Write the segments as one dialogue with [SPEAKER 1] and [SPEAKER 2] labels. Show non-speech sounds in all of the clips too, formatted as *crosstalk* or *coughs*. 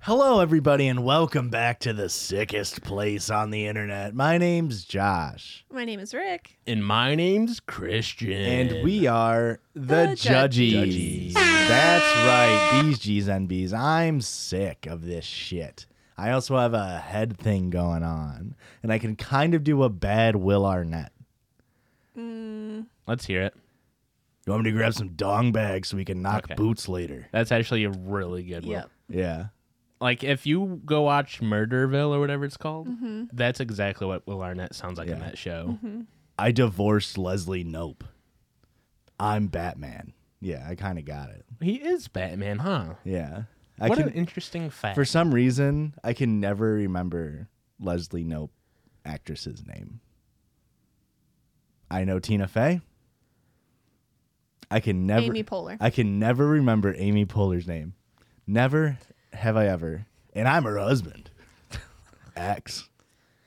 [SPEAKER 1] Hello, everybody, and welcome back to the sickest place on the internet. My name's Josh,
[SPEAKER 2] My name is Rick.
[SPEAKER 3] And my name's Christian.
[SPEAKER 1] and we are the,
[SPEAKER 2] The
[SPEAKER 1] Judgies. That's right, these G's and B's. I'm sick of this shit. I also have a head thing going on, and I can kind of do a bad Will Arnett.
[SPEAKER 3] Let's hear it.
[SPEAKER 1] You want me to grab some dong bags so we can knock
[SPEAKER 3] Okay.
[SPEAKER 1] boots later?
[SPEAKER 3] That's actually a really good one.
[SPEAKER 2] Yep.
[SPEAKER 1] Yeah.
[SPEAKER 3] Like if you go watch Murderville or whatever it's called, that's exactly what Will Arnett sounds like in
[SPEAKER 1] Yeah.
[SPEAKER 3] that show.
[SPEAKER 1] I divorced Leslie Nope. I'm Batman. Yeah, I kind of got it.
[SPEAKER 3] He is Batman, huh?
[SPEAKER 1] Yeah. I
[SPEAKER 3] what
[SPEAKER 1] can,
[SPEAKER 3] an interesting fact.
[SPEAKER 1] For some reason, I can never remember Leslie Nope actress's name. I know Tina Fey. I can never
[SPEAKER 2] Amy Poehler.
[SPEAKER 1] I can never remember Amy Poehler's name. Never have I ever. And I'm her husband. X.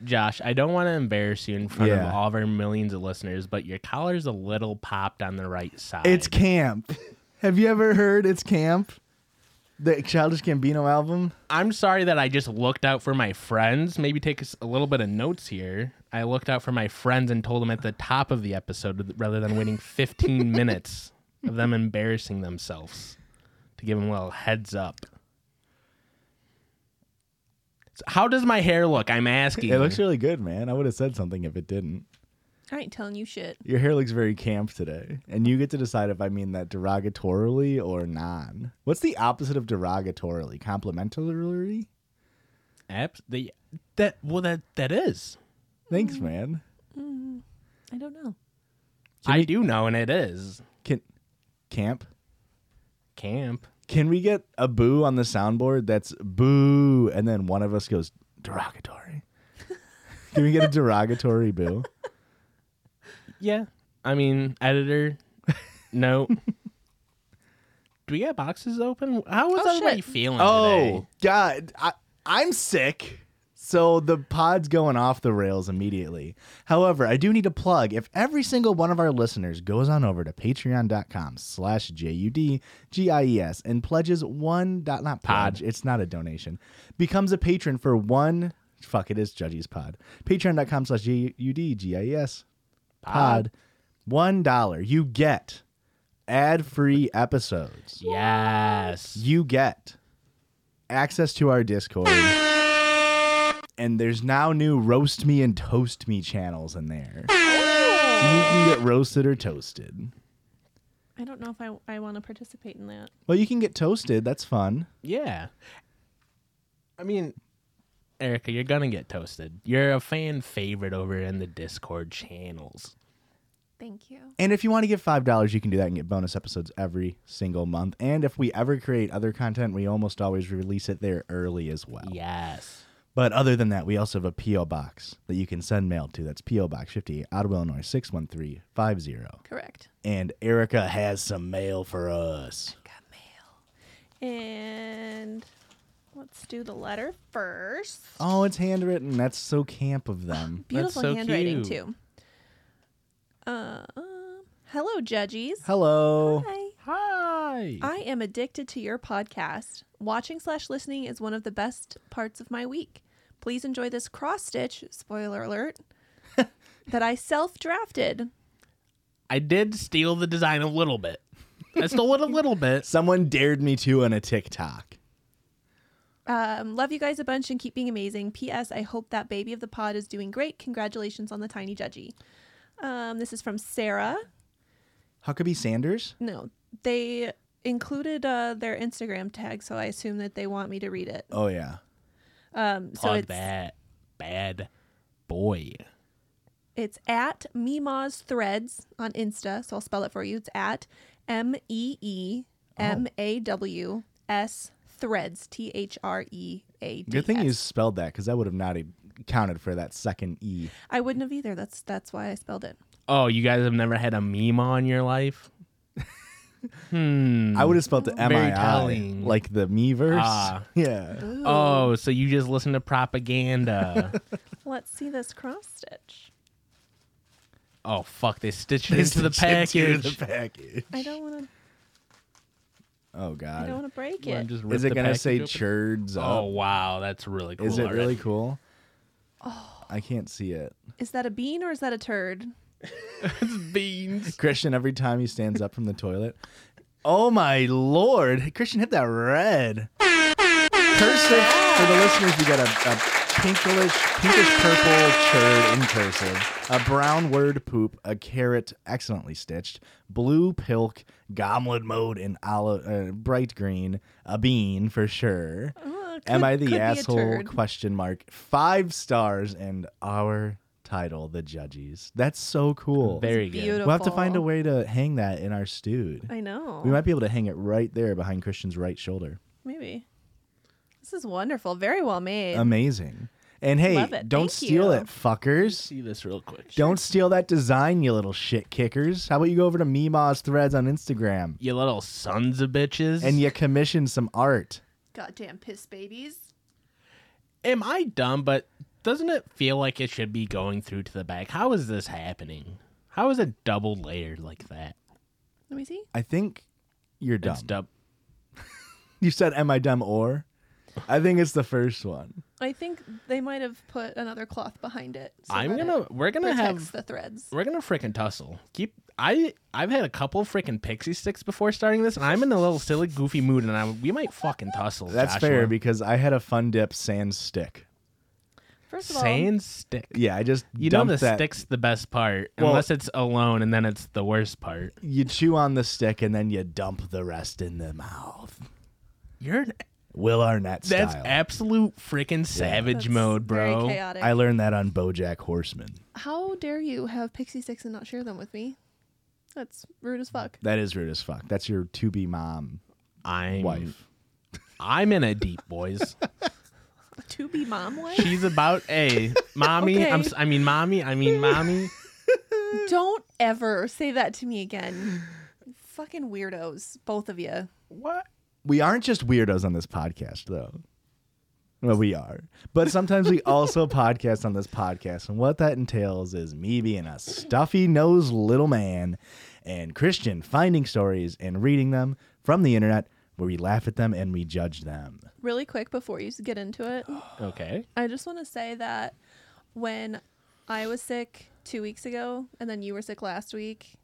[SPEAKER 3] Josh, I don't want to embarrass you in front
[SPEAKER 1] Yeah.
[SPEAKER 3] of all of our millions of listeners, but your collar's a little popped on the right side.
[SPEAKER 1] It's camp. Have you ever heard it's camp? The Childish Gambino album?
[SPEAKER 3] I'm sorry that I just looked out for my friends. Maybe take us a little bit of notes here. I looked out for my friends and told them at the top of the episode rather than
[SPEAKER 1] *laughs*
[SPEAKER 3] waiting 15 minutes of them embarrassing themselves to give them a little heads up. So how does my hair look? I'm asking.
[SPEAKER 1] It looks really good, man. I would have said something if it didn't.
[SPEAKER 2] I ain't telling you shit.
[SPEAKER 1] Your hair looks very camp today, and you get to decide if I mean that derogatorily or non. What's the opposite of derogatorily? Complimentarily?
[SPEAKER 3] Abs- the, that well that that is.
[SPEAKER 1] Thanks, man.
[SPEAKER 2] I don't know.
[SPEAKER 3] I do know, and it is
[SPEAKER 1] Can camp?
[SPEAKER 3] camp.
[SPEAKER 1] Can we get a boo on the soundboard? That's boo, and then one of us goes derogatory. Can we get a derogatory boo?
[SPEAKER 3] Yeah. I mean, *laughs* editor, no. Do we have boxes open? How was
[SPEAKER 2] Oh,
[SPEAKER 3] everybody
[SPEAKER 2] shit.
[SPEAKER 3] feeling today?
[SPEAKER 1] Oh God, I, I'm sick. So the pod's going off the rails immediately. However, I do need to plug if every single one of our listeners goes on over to patreon.com slash J-U-D-G-I-E-S E and pledges one dot not
[SPEAKER 3] Pod.
[SPEAKER 1] pledge, it's not a donation, becomes a patron for one fuck it is Judges Pod. Patreon.com slash J-U-D-G-I-E-S E pod. One dollar. You get ad free episodes
[SPEAKER 3] Yes.
[SPEAKER 1] you get access to our Discord. And there's now new roast me and toast me channels in there. So you can get roasted or toasted.
[SPEAKER 2] I don't know if I, I want to participate in that.
[SPEAKER 1] Well, you can get toasted. That's fun.
[SPEAKER 3] Yeah. I mean, Erica, you're gonna get toasted. You're a fan favorite over in the Discord channels.
[SPEAKER 2] Thank you.
[SPEAKER 1] And if you want to give $5, you can do that and get bonus episodes every single month. And if we ever create other content, we almost always release it there early as well.
[SPEAKER 3] Yes.
[SPEAKER 1] But other than that, we also have a P.O. box that you can send mail to. That's P.O. Box 58, Ottawa, Illinois 61350.
[SPEAKER 2] Correct.
[SPEAKER 1] and Erica has some mail for us.
[SPEAKER 2] Got mail. And let's do the letter first.
[SPEAKER 1] Oh, it's handwritten. That's so camp of
[SPEAKER 3] *laughs*
[SPEAKER 1] them.
[SPEAKER 2] Beautiful
[SPEAKER 3] so
[SPEAKER 2] handwriting
[SPEAKER 3] cute.
[SPEAKER 2] too. Uh, um, hello, judges.
[SPEAKER 1] Hello.
[SPEAKER 2] Hi.
[SPEAKER 3] Hi.
[SPEAKER 2] I am addicted to your podcast. Watching slash listening is one of the best parts of my week. Please enjoy this cross stitch, spoiler *laughs* alert, that I self drafted.
[SPEAKER 3] I did steal the design a little bit. I stole it a little bit.
[SPEAKER 1] Someone dared me to on a TikTok.
[SPEAKER 2] Um, love you guys a bunch and keep being amazing. P.S. I hope that baby of the pod is doing great. Congratulations on the tiny judgy. Um, this is from Sarah.
[SPEAKER 1] Huckabee Sanders?
[SPEAKER 2] No, they included uh, their Instagram tag, so I assume that they want me to read it.
[SPEAKER 1] Oh yeah.
[SPEAKER 2] Um, *laughs* so
[SPEAKER 3] Plug
[SPEAKER 2] it's
[SPEAKER 3] that bad boy.
[SPEAKER 2] it's at Mima's Threads on Insta. So I'll spell it for you. It's at M E E M A W S Threads T H R E A D.
[SPEAKER 1] Good thing you spelled that because I would have not e- counted for that second E.
[SPEAKER 2] I wouldn't have either. That's that's why I spelled it.
[SPEAKER 3] Oh, you guys have never had a Mima in your life? hmm.
[SPEAKER 1] I would have spelled the M I I
[SPEAKER 3] telling.
[SPEAKER 1] like the me verse.
[SPEAKER 3] Ah.
[SPEAKER 1] *laughs* yeah.
[SPEAKER 3] Oh, so you just listen
[SPEAKER 1] *laughs*
[SPEAKER 3] to propaganda.
[SPEAKER 2] Let's see this cross stitch.
[SPEAKER 3] oh, fuck. They stitched it into the
[SPEAKER 1] Stitched you to
[SPEAKER 3] package.
[SPEAKER 1] the package.
[SPEAKER 2] I don't want to.
[SPEAKER 1] Oh
[SPEAKER 2] I don't
[SPEAKER 1] god.
[SPEAKER 2] want to break
[SPEAKER 3] Wanna
[SPEAKER 2] it.
[SPEAKER 3] just rip
[SPEAKER 1] Is it
[SPEAKER 3] the
[SPEAKER 1] gonna
[SPEAKER 3] package
[SPEAKER 1] say
[SPEAKER 3] open?
[SPEAKER 1] churds?
[SPEAKER 3] Oh,
[SPEAKER 1] up?
[SPEAKER 3] wow. That's really cool.
[SPEAKER 1] is it
[SPEAKER 3] already.
[SPEAKER 1] really cool?
[SPEAKER 3] Oh.
[SPEAKER 1] I can't see it.
[SPEAKER 2] Is that a bean or is that a turd?
[SPEAKER 1] *laughs*
[SPEAKER 3] Beans.
[SPEAKER 1] Christian, every time he stands up from the toilet, oh my lord! Christian hit that red. Cursive for the listeners, we got a, a pinkish, pinkish purple churd in cursive, a brown word poop, a carrot excellently stitched, blue pilk, goblet mode in olive, uh, bright green, a bean for sure.
[SPEAKER 2] Uh, could-
[SPEAKER 1] Am I
[SPEAKER 2] could
[SPEAKER 1] the
[SPEAKER 2] be a
[SPEAKER 1] asshole?
[SPEAKER 2] turd.
[SPEAKER 1] Question mark. Five stars and our title, the judges. That's so cool.
[SPEAKER 3] Very good.
[SPEAKER 2] Beautiful.
[SPEAKER 1] We'll have to find a way to hang that in our stewed.
[SPEAKER 2] I know.
[SPEAKER 1] We might be able to hang it right there behind Christian's right shoulder.
[SPEAKER 2] Maybe. This is wonderful. Very well made.
[SPEAKER 3] Um,
[SPEAKER 1] Amazing. And
[SPEAKER 2] Love
[SPEAKER 1] hey,
[SPEAKER 2] it.
[SPEAKER 1] don't
[SPEAKER 2] Thank
[SPEAKER 1] steal
[SPEAKER 2] you.
[SPEAKER 1] it, fuckers.
[SPEAKER 3] See this real quick.
[SPEAKER 1] Don't steal that design, you little shit kickers. How about you go over to Mima's threads on Instagram
[SPEAKER 3] You little sons of bitches.
[SPEAKER 1] and you commission some art?
[SPEAKER 2] Goddamn piss babies.
[SPEAKER 3] am I dumb? But doesn't it feel like it should be going through to the back? How is this happening? How is it double layered like that?
[SPEAKER 2] Let me see.
[SPEAKER 1] I think you're dumb.
[SPEAKER 3] It's dub-
[SPEAKER 1] You said, Am I dumb or? I think it's the first one.
[SPEAKER 2] I think they might have put another cloth behind it. so
[SPEAKER 3] I'm
[SPEAKER 2] that
[SPEAKER 3] gonna.
[SPEAKER 2] it
[SPEAKER 3] We're gonna
[SPEAKER 2] protects
[SPEAKER 3] have.
[SPEAKER 2] the threads.
[SPEAKER 3] We're gonna frickin' tussle. Keep. I. I've had a couple frickin' pixie sticks before starting this, and I'm in a little silly, goofy mood, and I we might fucking tussle.
[SPEAKER 1] That's
[SPEAKER 3] Joshua.
[SPEAKER 1] fair because I had a fun dip sand stick.
[SPEAKER 2] First of all,
[SPEAKER 3] Sand stick.
[SPEAKER 1] Yeah, I just
[SPEAKER 3] You know
[SPEAKER 1] dumped
[SPEAKER 3] the
[SPEAKER 1] that.
[SPEAKER 3] stick's the best part,
[SPEAKER 1] Well-
[SPEAKER 3] unless it's alone, and then it's the worst part.
[SPEAKER 1] You chew on the stick and then you dump the rest in the mouth.
[SPEAKER 3] You're an
[SPEAKER 1] Will Arnett style.
[SPEAKER 3] That's absolute freaking savage
[SPEAKER 2] that's
[SPEAKER 3] mode,
[SPEAKER 2] Very
[SPEAKER 3] bro.
[SPEAKER 2] chaotic.
[SPEAKER 1] I learned that on BoJack Horseman.
[SPEAKER 2] How dare you have pixie sticks and not share them with me? That's rude as fuck.
[SPEAKER 1] That is rude as fuck. That's your to be mom
[SPEAKER 3] I'm
[SPEAKER 1] wife.
[SPEAKER 3] I'm in a deep,
[SPEAKER 2] *laughs*
[SPEAKER 3] boys.
[SPEAKER 2] To be mom wife?
[SPEAKER 3] She's about a mommy. I'm, s- I mean, mommy. I mean, mommy.
[SPEAKER 2] Don't ever say that to me again. Fucking weirdos, both of you.
[SPEAKER 3] What?
[SPEAKER 1] We aren't just weirdos on this podcast, though. Well, we are. But sometimes we also podcast on this podcast. And what that entails is me being a stuffy nosed little man and Christian finding stories and reading them from the internet where we laugh at them and we judge them.
[SPEAKER 2] Really quick before you s- get into
[SPEAKER 3] *gasps*
[SPEAKER 2] it.
[SPEAKER 3] Okay.
[SPEAKER 2] I just want to say that when I was sick two weeks ago and then you were sick last week,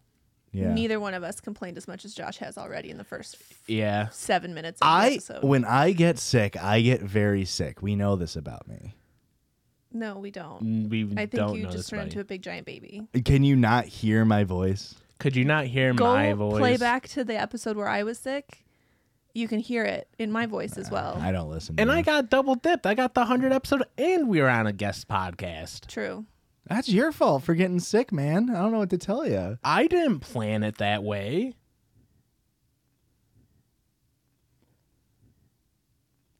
[SPEAKER 1] Yeah.
[SPEAKER 2] neither one of us complained as much as Josh has already in the first
[SPEAKER 3] Yeah.
[SPEAKER 2] seven minutes of the
[SPEAKER 1] I
[SPEAKER 2] episode.
[SPEAKER 1] when I get sick, I get very sick. We know this about me.
[SPEAKER 2] no, we don't.
[SPEAKER 3] Mm, We
[SPEAKER 2] I
[SPEAKER 3] don't
[SPEAKER 2] think you
[SPEAKER 3] know
[SPEAKER 2] just
[SPEAKER 3] this
[SPEAKER 2] turned
[SPEAKER 3] buddy.
[SPEAKER 2] into a big giant baby.
[SPEAKER 1] Can you not hear my voice?
[SPEAKER 3] Could you not hear
[SPEAKER 2] Go
[SPEAKER 3] my voice?
[SPEAKER 2] play back to the episode where I was sick. You can hear it in my voice as well.
[SPEAKER 1] I don't listen. To
[SPEAKER 3] And Uh, I
[SPEAKER 1] you.
[SPEAKER 3] got double dipped. I got the hundred episode, and we were on a guest podcast.
[SPEAKER 2] True.
[SPEAKER 1] that's your fault for getting sick, man. I don't know what to tell you.
[SPEAKER 3] I didn't plan it that way.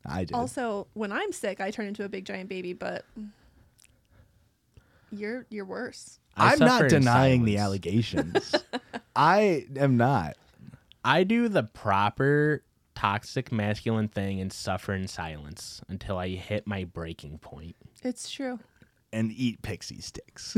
[SPEAKER 1] I did.
[SPEAKER 2] Also, when I'm sick, I turn into a big giant baby, but you're you're worse.
[SPEAKER 3] I
[SPEAKER 1] I'm not
[SPEAKER 3] suffer in
[SPEAKER 1] denying the *laughs*
[SPEAKER 3] silence.
[SPEAKER 1] allegations. I am not.
[SPEAKER 3] I do the proper toxic masculine thing and suffer in silence until I hit my breaking point.
[SPEAKER 2] It's true.
[SPEAKER 1] And eat pixie sticks.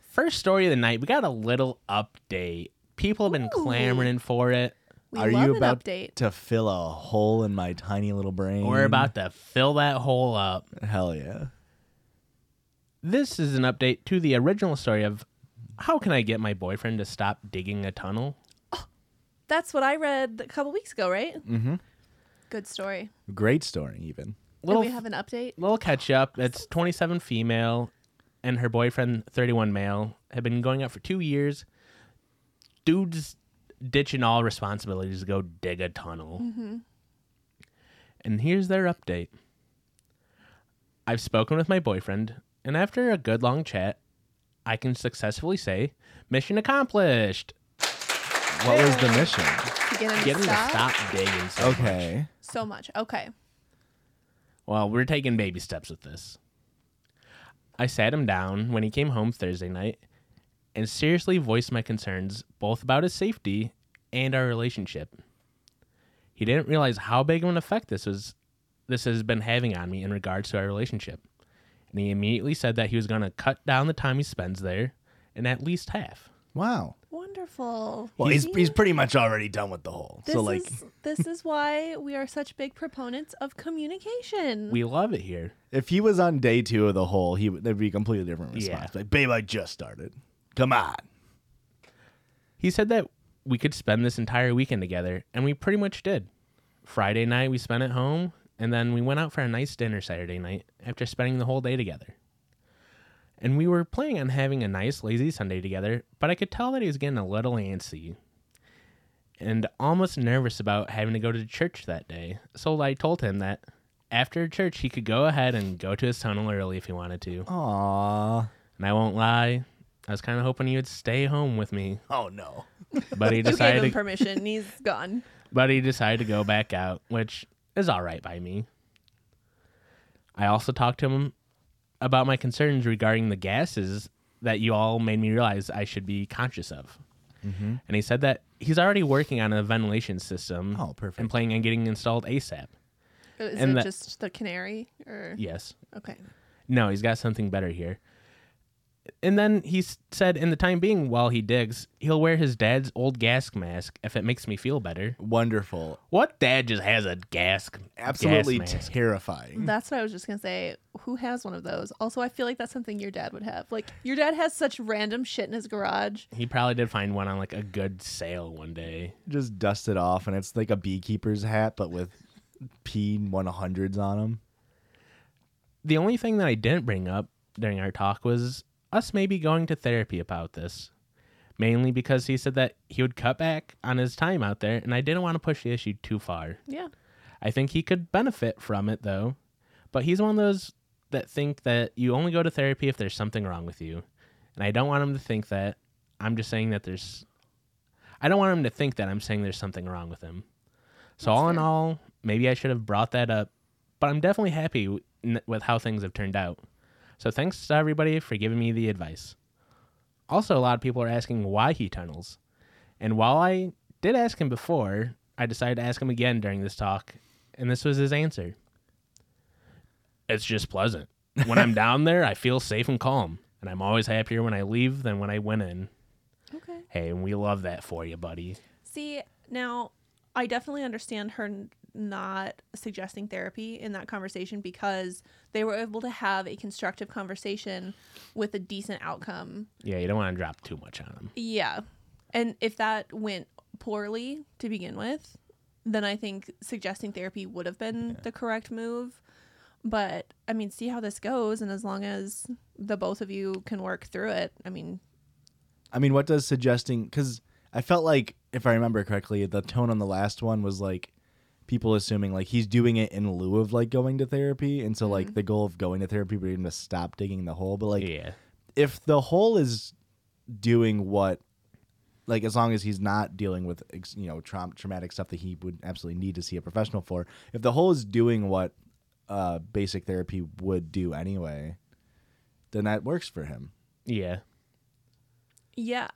[SPEAKER 3] First story of the night, we got a little update. People have been clamoring for it.
[SPEAKER 2] We
[SPEAKER 1] Are
[SPEAKER 2] love
[SPEAKER 1] you
[SPEAKER 2] an
[SPEAKER 1] about
[SPEAKER 2] update.
[SPEAKER 1] to fill a hole in my tiny little brain?
[SPEAKER 2] Mm-hmm.
[SPEAKER 3] We're about to fill that hole up.
[SPEAKER 1] hell yeah.
[SPEAKER 3] This is an update to the original story of how can I get my boyfriend to stop digging a tunnel?
[SPEAKER 2] That's what I read a couple weeks ago, right? Mm-hmm. Good story.
[SPEAKER 1] Great story, even.
[SPEAKER 3] Little
[SPEAKER 2] Did we have an update?
[SPEAKER 3] little catch up. It's 27 female and her boyfriend 31 male have been going out for 2 years. Dude's ditching all responsibilities to go dig a tunnel. And here's their update I've spoken with my boyfriend, and after a good long chat, I can successfully say, Mission accomplished.
[SPEAKER 1] What was the mission?
[SPEAKER 2] To get him
[SPEAKER 3] Get
[SPEAKER 2] to
[SPEAKER 3] him to
[SPEAKER 2] stop.
[SPEAKER 3] stop digging so much.
[SPEAKER 1] Okay.
[SPEAKER 2] So much. Okay.
[SPEAKER 3] Well, we're taking baby steps with this. I sat him down when he came home Thursday night and seriously voiced my concerns both about his safety and our relationship. He didn't realize how big of an effect this was this has been having on me in regards to our relationship. And he immediately said that he was going to cut down the time he spends there in at least half.
[SPEAKER 1] Wow.
[SPEAKER 2] Wonderful.
[SPEAKER 1] Well, he's
[SPEAKER 2] See?
[SPEAKER 1] he's pretty much already done with the whole.
[SPEAKER 2] This
[SPEAKER 1] so like,
[SPEAKER 2] is this is why we are such big proponents of communication.
[SPEAKER 3] We love it here.
[SPEAKER 1] if he was on day two of the whole, he would- that'd be a completely different response. Like, babe, I just started. Come on.
[SPEAKER 3] He said that we could spend this entire weekend together, and we pretty much did. Friday night we spent at home, and then we went out for a nice dinner Saturday night after spending the whole day together. And we were planning on having a nice lazy Sunday together, but I could tell that he was getting a little antsy and almost nervous about having to go to church that day. So I told him that after church he could go ahead and go to his tunnel early if he wanted to.
[SPEAKER 1] Aw.
[SPEAKER 3] And I won't lie, I was kind of hoping he would stay home with me,
[SPEAKER 1] Oh no.
[SPEAKER 3] but
[SPEAKER 2] *laughs*
[SPEAKER 3] he
[SPEAKER 2] you gave
[SPEAKER 3] decided
[SPEAKER 2] him permission. and he's
[SPEAKER 1] *laughs*
[SPEAKER 2] gone.
[SPEAKER 3] But he decided to go back out, which is all right by me. I also talked to him about my concerns regarding the gases that you all made me realize I should be conscious of. And he said that he's already working on a ventilation system
[SPEAKER 1] Oh, perfect.
[SPEAKER 3] and planning on getting installed ASAP.
[SPEAKER 2] Is
[SPEAKER 3] And
[SPEAKER 2] it
[SPEAKER 3] that-
[SPEAKER 2] just the canary or
[SPEAKER 3] Yes.
[SPEAKER 2] okay?
[SPEAKER 3] No, he's got something better here. And then he s- said, in the time being, while he digs, he'll wear his dad's old gas mask if it makes me feel better.
[SPEAKER 1] Wonderful.
[SPEAKER 3] What dad just has a gas
[SPEAKER 1] Absolutely
[SPEAKER 3] gas mask?
[SPEAKER 1] terrifying.
[SPEAKER 2] That's what I was just gonna say. Who has one of those? Also, I feel like that's something your dad would have. Like your dad has such random shit in his garage.
[SPEAKER 3] He probably did find one on like a good sale one day.
[SPEAKER 1] Just dust it off, and it's like a beekeeper's hat, but with P one hundreds on them.
[SPEAKER 3] The only thing that I didn't bring up during our talk was us maybe going to therapy about this. Mainly because he said that he would cut back on his time out there, and I didn't want to push the issue too far.
[SPEAKER 2] Yeah.
[SPEAKER 3] I think he could benefit from it though. But he's one of those that think that you only go to therapy if there's something wrong with you. And I don't want him to think that. I'm just saying that there's I don't want him to think that I'm saying there's something wrong with him. So all in all, maybe I should have brought that up, but I'm definitely happy w- n- with how things have turned out. So thanks to everybody for giving me the advice. Also, a lot of people are asking why he tunnels. And while I did ask him before, I decided to ask him again during this talk, and this was his answer. It's just pleasant.
[SPEAKER 1] *laughs*
[SPEAKER 3] When I'm down there, I feel safe and calm, and I'm always happier when I leave than when I went in.
[SPEAKER 2] Okay.
[SPEAKER 3] Hey, and we love that for you, buddy.
[SPEAKER 2] See, now I definitely understand her n- not suggesting therapy in that conversation because they were able to have a constructive conversation with a decent outcome.
[SPEAKER 3] Yeah, you don't want to drop too much on him.
[SPEAKER 2] Yeah. And if that went poorly to begin with, then I think suggesting therapy would have been the correct move. But I mean, see how this goes. And as long as the both of you can work through it, I mean,
[SPEAKER 1] I mean, what does suggesting? Because I felt like, if I remember correctly, the tone on the last one was like people assuming like he's doing it in lieu of like going to therapy, and so like the goal of going to therapy would be to stop digging the hole. But like,
[SPEAKER 3] Yeah.
[SPEAKER 1] if the hole is doing what, like as long as he's not dealing with ex- you know traum- traumatic stuff that he would absolutely need to see a professional for, if the hole is doing what uh, basic therapy would do anyway, then that works for him.
[SPEAKER 3] Yeah.
[SPEAKER 2] yeah.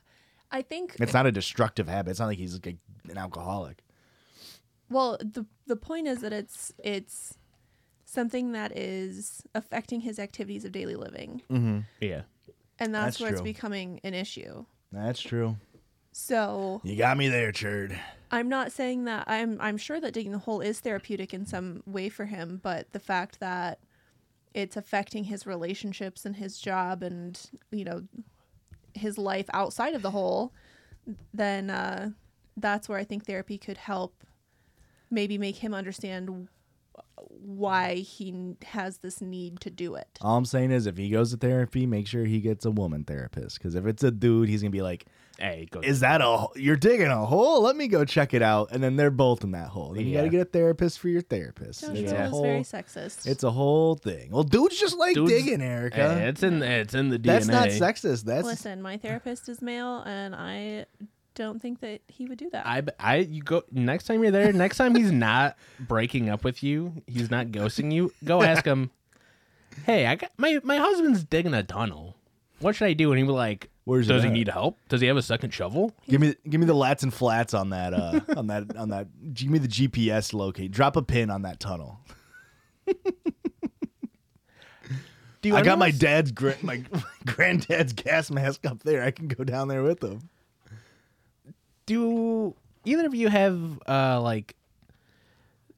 [SPEAKER 2] I think
[SPEAKER 1] It's not a destructive habit. It's not like he's like a, an alcoholic.
[SPEAKER 2] Well, the the point is that it's it's something that is affecting his activities of daily living,
[SPEAKER 3] Yeah.
[SPEAKER 1] Mm,
[SPEAKER 2] and that's,
[SPEAKER 1] That's
[SPEAKER 2] where it's
[SPEAKER 1] true.
[SPEAKER 2] becoming an issue.
[SPEAKER 1] That's true.
[SPEAKER 2] So
[SPEAKER 1] You got me there, Cherd.
[SPEAKER 2] I'm not saying that I'm I'm sure that digging the hole is therapeutic in some way for him, but the fact that it's affecting his relationships and his job and you know his life outside of the hole, then uh, that's where I think therapy could help maybe make him understand why he n- has this need to do it.
[SPEAKER 1] All I'm saying is, if he goes to therapy, make sure he gets a woman therapist. Because if it's a dude, he's gonna be like,
[SPEAKER 3] Hey, go.
[SPEAKER 1] "Is that a you're digging a hole? Let me go check it out." And then they're both in that hole. Then you gotta
[SPEAKER 3] Yeah.
[SPEAKER 1] get a therapist for your therapist.
[SPEAKER 2] Josh
[SPEAKER 1] It's
[SPEAKER 2] Rowell
[SPEAKER 1] a
[SPEAKER 2] is
[SPEAKER 1] whole,
[SPEAKER 2] very sexist.
[SPEAKER 1] it's a whole thing. Well, dudes just like
[SPEAKER 3] Dudes-
[SPEAKER 1] digging, Erica.
[SPEAKER 3] Hey, it's in it's in the DNA.
[SPEAKER 1] That's not sexist. That's
[SPEAKER 2] Listen, my therapist is male, and I don't think that he would do that.
[SPEAKER 3] I, I, you go next time you're there. Next time he's not breaking up with you, he's not ghosting you. Go ask him. Hey, I got my my husband's digging a tunnel. What should I do? And he'll be like,
[SPEAKER 1] Where's it
[SPEAKER 3] Does he
[SPEAKER 1] at?"
[SPEAKER 3] need help? Does he have a second shovel?
[SPEAKER 1] Give me give me the lats and flats on that
[SPEAKER 2] *laughs*
[SPEAKER 1] uh on that on that give me the GPS locate. Drop a pin on that
[SPEAKER 3] *laughs*
[SPEAKER 1] tunnel.
[SPEAKER 3] Do
[SPEAKER 1] I got my
[SPEAKER 3] everyone's-
[SPEAKER 1] dad's gra- my *laughs* granddad's gas mask up there. I can go down there with him.
[SPEAKER 3] do either of you have uh like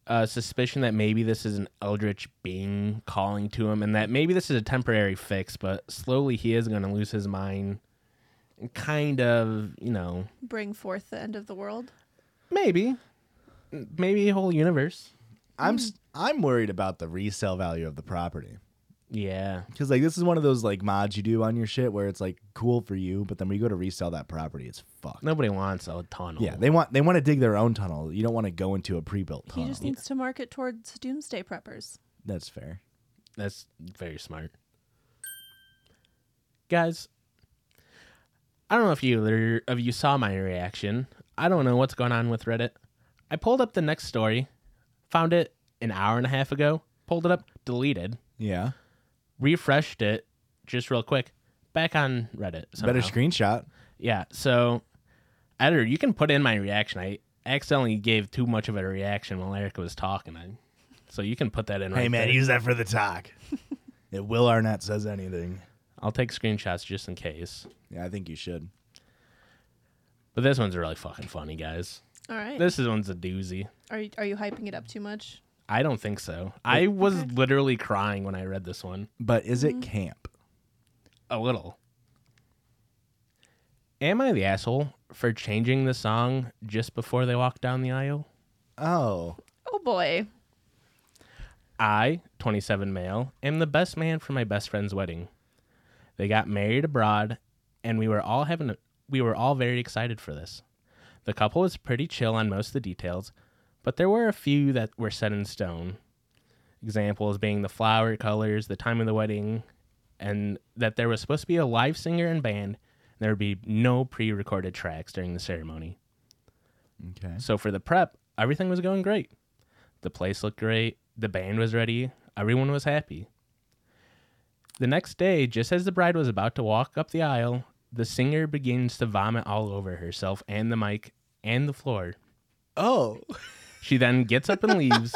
[SPEAKER 3] a suspicion that maybe this is an eldritch being calling to him and that maybe this is a temporary fix but slowly he is going to lose his mind and kind of you know
[SPEAKER 2] Bring forth the end of the world.
[SPEAKER 3] maybe maybe a whole universe
[SPEAKER 2] Hmm.
[SPEAKER 1] I'm s I'm worried about the resale value of the property.
[SPEAKER 3] yeah
[SPEAKER 1] Cuz like this is one of those like mods you do on your shit where it's like cool for you, but then when you go to resell that property, it's fucked.
[SPEAKER 3] nobody wants a tunnel
[SPEAKER 1] Yeah, they want they want to dig their own tunnel. You don't want to go into a pre-built
[SPEAKER 2] He
[SPEAKER 1] tunnel.
[SPEAKER 3] Uh-huh.
[SPEAKER 2] just needs to market towards doomsday preppers.
[SPEAKER 1] That's fair.
[SPEAKER 3] That's very smart. Guys, I don't know if you either of you saw my reaction. I don't know what's going on with Reddit. I pulled up the next story, found it an hour and a half ago, pulled it up, deleted,
[SPEAKER 1] Yeah.
[SPEAKER 3] refreshed it just real quick, back on Reddit. Somehow.
[SPEAKER 1] Better screenshot.
[SPEAKER 3] Yeah. So, editor, you can put in my reaction. I accidentally gave too much of a reaction while Erica was talking. I, so you can put that in.
[SPEAKER 1] Hey
[SPEAKER 3] right
[SPEAKER 1] man,
[SPEAKER 3] there.
[SPEAKER 1] use that for the talk. if Will Arnett says anything,
[SPEAKER 3] I'll take screenshots just in case.
[SPEAKER 1] yeah, I think you should.
[SPEAKER 3] But this one's really fucking funny, guys.
[SPEAKER 2] All right.
[SPEAKER 3] This is- one's a doozy.
[SPEAKER 2] are you, are you hyping it up too much?
[SPEAKER 3] I don't think so. I was literally crying when I read this one.
[SPEAKER 1] But is it camp?
[SPEAKER 3] A little. Am I the asshole for changing the song just before they walk down the aisle?
[SPEAKER 1] Oh,
[SPEAKER 2] Oh boy.
[SPEAKER 3] I, 27 male, am the best man for my best friend's wedding. They got married abroad, and we were all having a, we were all very excited for this. The couple was pretty chill on most of the details, but there were a few that were set in stone. Examples being the flower colors, the time of the wedding, and that there was supposed to be a live singer and band, and there would be no pre-recorded tracks during the ceremony.
[SPEAKER 1] okay.
[SPEAKER 3] So for the prep, everything was going great. The place looked great. The band was ready. Everyone was happy. The next day, just as the bride was about to walk up the aisle, the singer begins to vomit all over herself and the mic and the floor.
[SPEAKER 1] Oh,
[SPEAKER 3] She then gets up and leaves.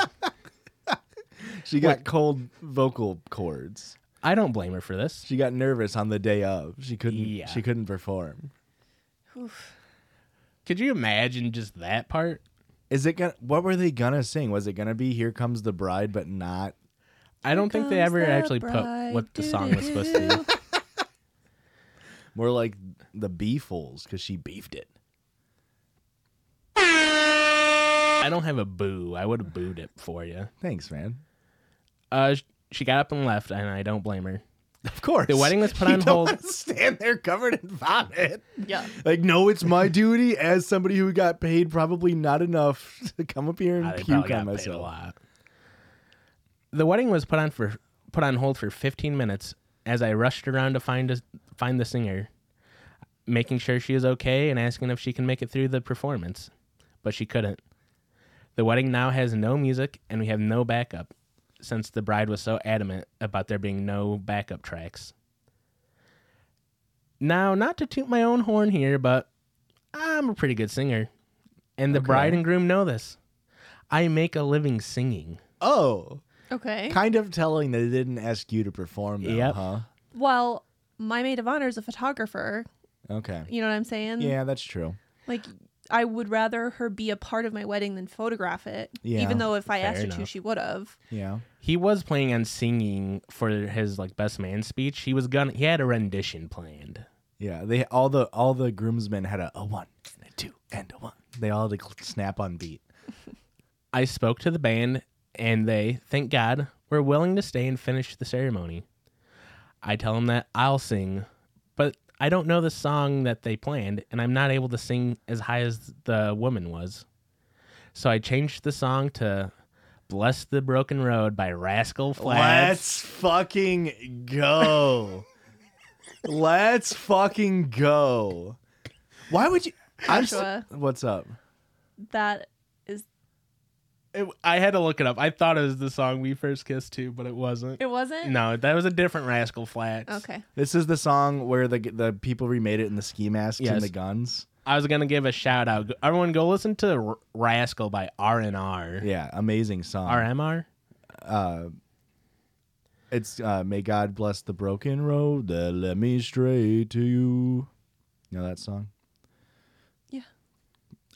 [SPEAKER 1] *laughs* she got cold vocal cords.
[SPEAKER 3] I don't blame her for this.
[SPEAKER 1] She got nervous on the day of. She couldn't.
[SPEAKER 3] Yeah.
[SPEAKER 1] She couldn't perform.
[SPEAKER 3] Could you imagine just that part?
[SPEAKER 1] Is it gonna? What were they gonna sing? Was it gonna be "Here Comes the Bride," but not?
[SPEAKER 3] I don't think they
[SPEAKER 2] comes
[SPEAKER 3] ever
[SPEAKER 2] the
[SPEAKER 3] actually
[SPEAKER 2] bride.
[SPEAKER 3] put what the song was supposed to be.
[SPEAKER 1] More like the beefles because she beefed it.
[SPEAKER 3] I don't have a boo. I would have booed it for you.
[SPEAKER 1] Thanks, man. *laughs*
[SPEAKER 3] Uh, sh- she got up and left, and I don't blame her.
[SPEAKER 1] Of course.
[SPEAKER 3] The wedding was put
[SPEAKER 1] *laughs*
[SPEAKER 3] on
[SPEAKER 1] you
[SPEAKER 3] hold.
[SPEAKER 1] Don't wanna stand there covered in vomit. *laughs*
[SPEAKER 2] Yeah.
[SPEAKER 3] *laughs*
[SPEAKER 1] Like, no, it's my duty as somebody who got paid probably not enough *laughs* to come up here and
[SPEAKER 3] I probably
[SPEAKER 1] puke
[SPEAKER 3] got
[SPEAKER 1] on
[SPEAKER 3] paid a
[SPEAKER 1] myself.
[SPEAKER 3] lot. The wedding was put on for put on hold for 15 minutes as I rushed around to find a, find the singer, making sure she is okay and asking if she can make it through the performance, but she couldn't. The wedding now has no music and we have no backup since the bride was so adamant about there being no backup tracks. Now, not to toot my own horn here, but I'm a pretty good singer. And the bride and groom know this. I make a living singing.
[SPEAKER 1] Oh,
[SPEAKER 2] Okay.
[SPEAKER 1] kind of telling they didn't ask you to perform, though,
[SPEAKER 3] Yep.
[SPEAKER 1] huh?
[SPEAKER 2] Well, my maid of honor is a photographer.
[SPEAKER 1] Okay.
[SPEAKER 2] You know what I'm saying?
[SPEAKER 1] Yeah, that's true.
[SPEAKER 2] Like, I would rather her be a part of my wedding than photograph it.
[SPEAKER 1] Yeah.
[SPEAKER 2] Even though if I
[SPEAKER 3] Fair
[SPEAKER 2] asked her to,
[SPEAKER 3] enough.
[SPEAKER 2] she would have.
[SPEAKER 1] Yeah.
[SPEAKER 3] He was planning on singing for his like best man speech. He was gonna he had a rendition planned.
[SPEAKER 1] Yeah. They all the all the groomsmen had a, a one and a two and a one. They all had to snap on beat.
[SPEAKER 3] I spoke to the band and they, thank God, were willing to stay and finish the ceremony. I tell them that I'll sing, but I don't know the song that they planned, and I'm not able to sing as high as the woman was. So I changed the song to Bless the Broken Road by Rascal Flats.
[SPEAKER 1] Let's fucking go. Let's fucking go. Why would you? I'm s-
[SPEAKER 2] Joshua.
[SPEAKER 1] what's up?
[SPEAKER 2] That is.
[SPEAKER 3] It, I had to look it up. I thought it was the song we first kissed to, but it wasn't.
[SPEAKER 2] It wasn't.
[SPEAKER 3] No, that was a different Rascal Flats.
[SPEAKER 2] Okay.
[SPEAKER 1] This is the song where the the people remade it in the ski masks
[SPEAKER 3] Yes.
[SPEAKER 1] and the guns.
[SPEAKER 3] I was gonna give a shout out. Everyone, go listen to R- Rascal by R and R.
[SPEAKER 1] Yeah, amazing song.
[SPEAKER 3] RMR.
[SPEAKER 1] It's uh, "May God bless the broken road that led me straight to you." You know that song?
[SPEAKER 2] Yeah.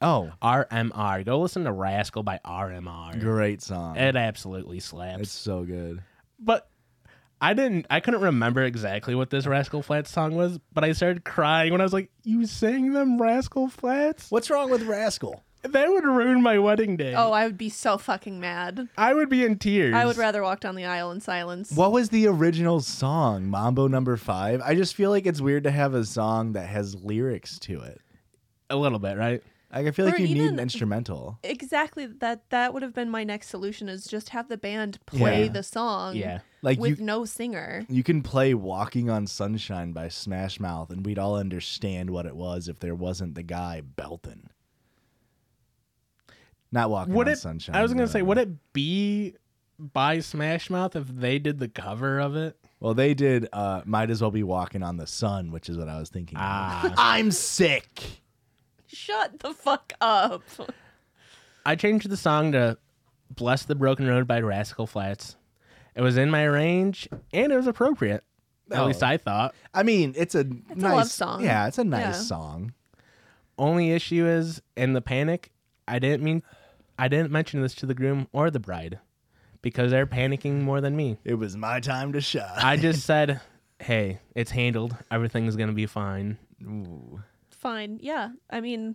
[SPEAKER 1] Oh,
[SPEAKER 3] RMR. Go listen to Rascal by RMR.
[SPEAKER 1] great song.
[SPEAKER 3] It absolutely slaps.
[SPEAKER 1] It's so good.
[SPEAKER 3] but I didn't. I couldn't remember exactly what this Rascal Flats song was, but I started crying when I was like, "You sang them Rascal Flats?
[SPEAKER 1] What's wrong with Rascal?
[SPEAKER 3] That would ruin my wedding day.
[SPEAKER 2] Oh, I would be so fucking mad.
[SPEAKER 3] I would be in tears.
[SPEAKER 2] I would rather walk down the aisle in silence.
[SPEAKER 1] What was the original song? Mambo number five? I just feel like it's weird to have a song that has lyrics to it.
[SPEAKER 3] a little bit, right?
[SPEAKER 1] Like I feel like
[SPEAKER 2] Or
[SPEAKER 1] you need
[SPEAKER 2] even-
[SPEAKER 1] an instrumental.
[SPEAKER 2] Exactly. That that would have been my next solution is just have the band play
[SPEAKER 1] Yeah.
[SPEAKER 2] the song.
[SPEAKER 3] Yeah.
[SPEAKER 1] Like
[SPEAKER 2] with
[SPEAKER 1] you
[SPEAKER 2] no singer.
[SPEAKER 1] you can play Walking on Sunshine by Smash Mouth and we'd all understand what it was if there wasn't the guy belting. Not Walking
[SPEAKER 3] Would
[SPEAKER 1] on
[SPEAKER 3] it?
[SPEAKER 1] Sunshine.
[SPEAKER 3] I was gonna
[SPEAKER 1] but-
[SPEAKER 3] say, would it be by Smash Mouth if they did the cover of it?
[SPEAKER 1] Well, they did uh Might as Well Be Walking on the Sun, which is what I was thinking. of.
[SPEAKER 3] Ah.
[SPEAKER 1] *laughs* I'm sick.
[SPEAKER 2] Shut the fuck up.
[SPEAKER 3] I changed the song to Bless the Broken Road by Rascal Flats. It was in my range and it was appropriate. At
[SPEAKER 1] Oh.
[SPEAKER 3] least I thought.
[SPEAKER 1] I mean, it's a nice
[SPEAKER 2] love song.
[SPEAKER 1] Yeah, it's a nice
[SPEAKER 2] Yeah.
[SPEAKER 1] song.
[SPEAKER 3] Only issue is in the panic, I didn't mean I didn't mention this to the groom or the bride because they're panicking more than me.
[SPEAKER 1] It was my time to shine. *laughs*
[SPEAKER 3] I just said, "Hey, it's handled. Everything's going to be fine."
[SPEAKER 2] Fine. Yeah. I mean,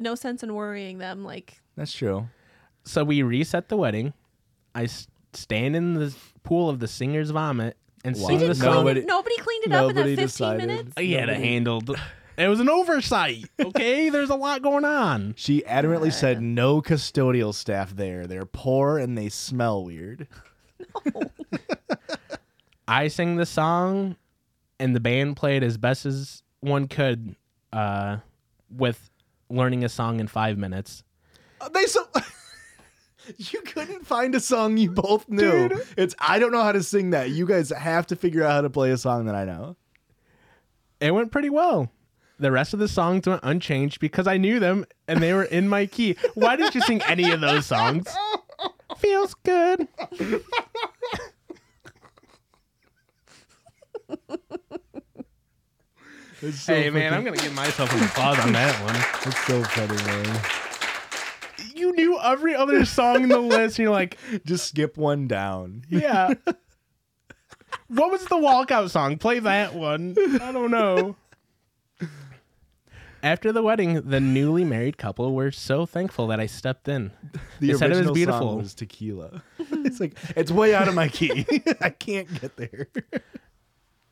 [SPEAKER 2] no sense in worrying them. Like,
[SPEAKER 1] That's true.
[SPEAKER 3] So we reset the wedding. I s- stand in the pool of the singer's vomit and
[SPEAKER 1] Wow.
[SPEAKER 3] sing
[SPEAKER 1] They
[SPEAKER 3] the
[SPEAKER 1] didn't
[SPEAKER 3] song.
[SPEAKER 1] clean
[SPEAKER 2] nobody,
[SPEAKER 1] Nobody-
[SPEAKER 2] nobody cleaned it up in
[SPEAKER 1] nobody
[SPEAKER 2] that 15
[SPEAKER 1] decided.
[SPEAKER 2] minutes.
[SPEAKER 3] He had it handled. *laughs* It was an oversight. Okay, *laughs* there's a lot going on.
[SPEAKER 1] She adamantly said no custodial staff there. They're poor and they smell weird.
[SPEAKER 3] I sang the song, and the band played as best as one could, uh, with learning a song in five minutes.
[SPEAKER 1] Uh, They so *laughs* You couldn't find a song you both knew. It's I don't know how to sing that. You guys have to figure out how to play a song that I know.
[SPEAKER 3] It went pretty well. The rest of the songs went unchanged because I knew them and they were in my key. Why didn't you sing any of those songs? Feels good.
[SPEAKER 1] It's so
[SPEAKER 3] Hey man, I'm
[SPEAKER 1] fucking-
[SPEAKER 3] gonna give myself an applause on that one.
[SPEAKER 1] it's so funny, man.
[SPEAKER 3] You knew every other song in the list. And you're like,
[SPEAKER 1] Just skip one down.
[SPEAKER 3] *laughs* Yeah. what was the walkout song? Play that one. I don't know. After the wedding, the newly married couple were so thankful that I stepped in.
[SPEAKER 1] The
[SPEAKER 3] They said it was
[SPEAKER 1] original
[SPEAKER 3] beautiful.
[SPEAKER 1] song was tequila. *laughs* it's like it's way out of my key. *laughs* I can't get there.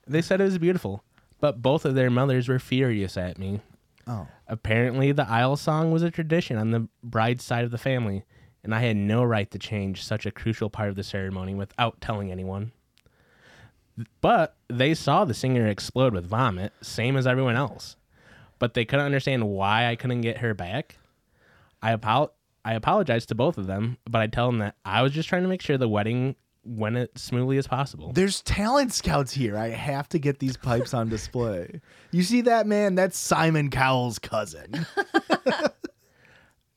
[SPEAKER 3] They said it was beautiful, but both of their mothers were furious at me.
[SPEAKER 1] Oh.
[SPEAKER 3] Apparently, the aisle song was a tradition on the bride's side of the family, and I had no right to change such a crucial part of the ceremony without telling anyone. But they saw the singer explode with vomit, same as everyone else. But they couldn't understand why I couldn't get her back. I apo- I apologized to both of them, but I tell them that I was just trying to make sure the wedding went as smoothly as possible.
[SPEAKER 1] There's talent scouts here. I have to get these pipes on display. You see that man? That's Simon Cowell's
[SPEAKER 3] *laughs*
[SPEAKER 1] cousin.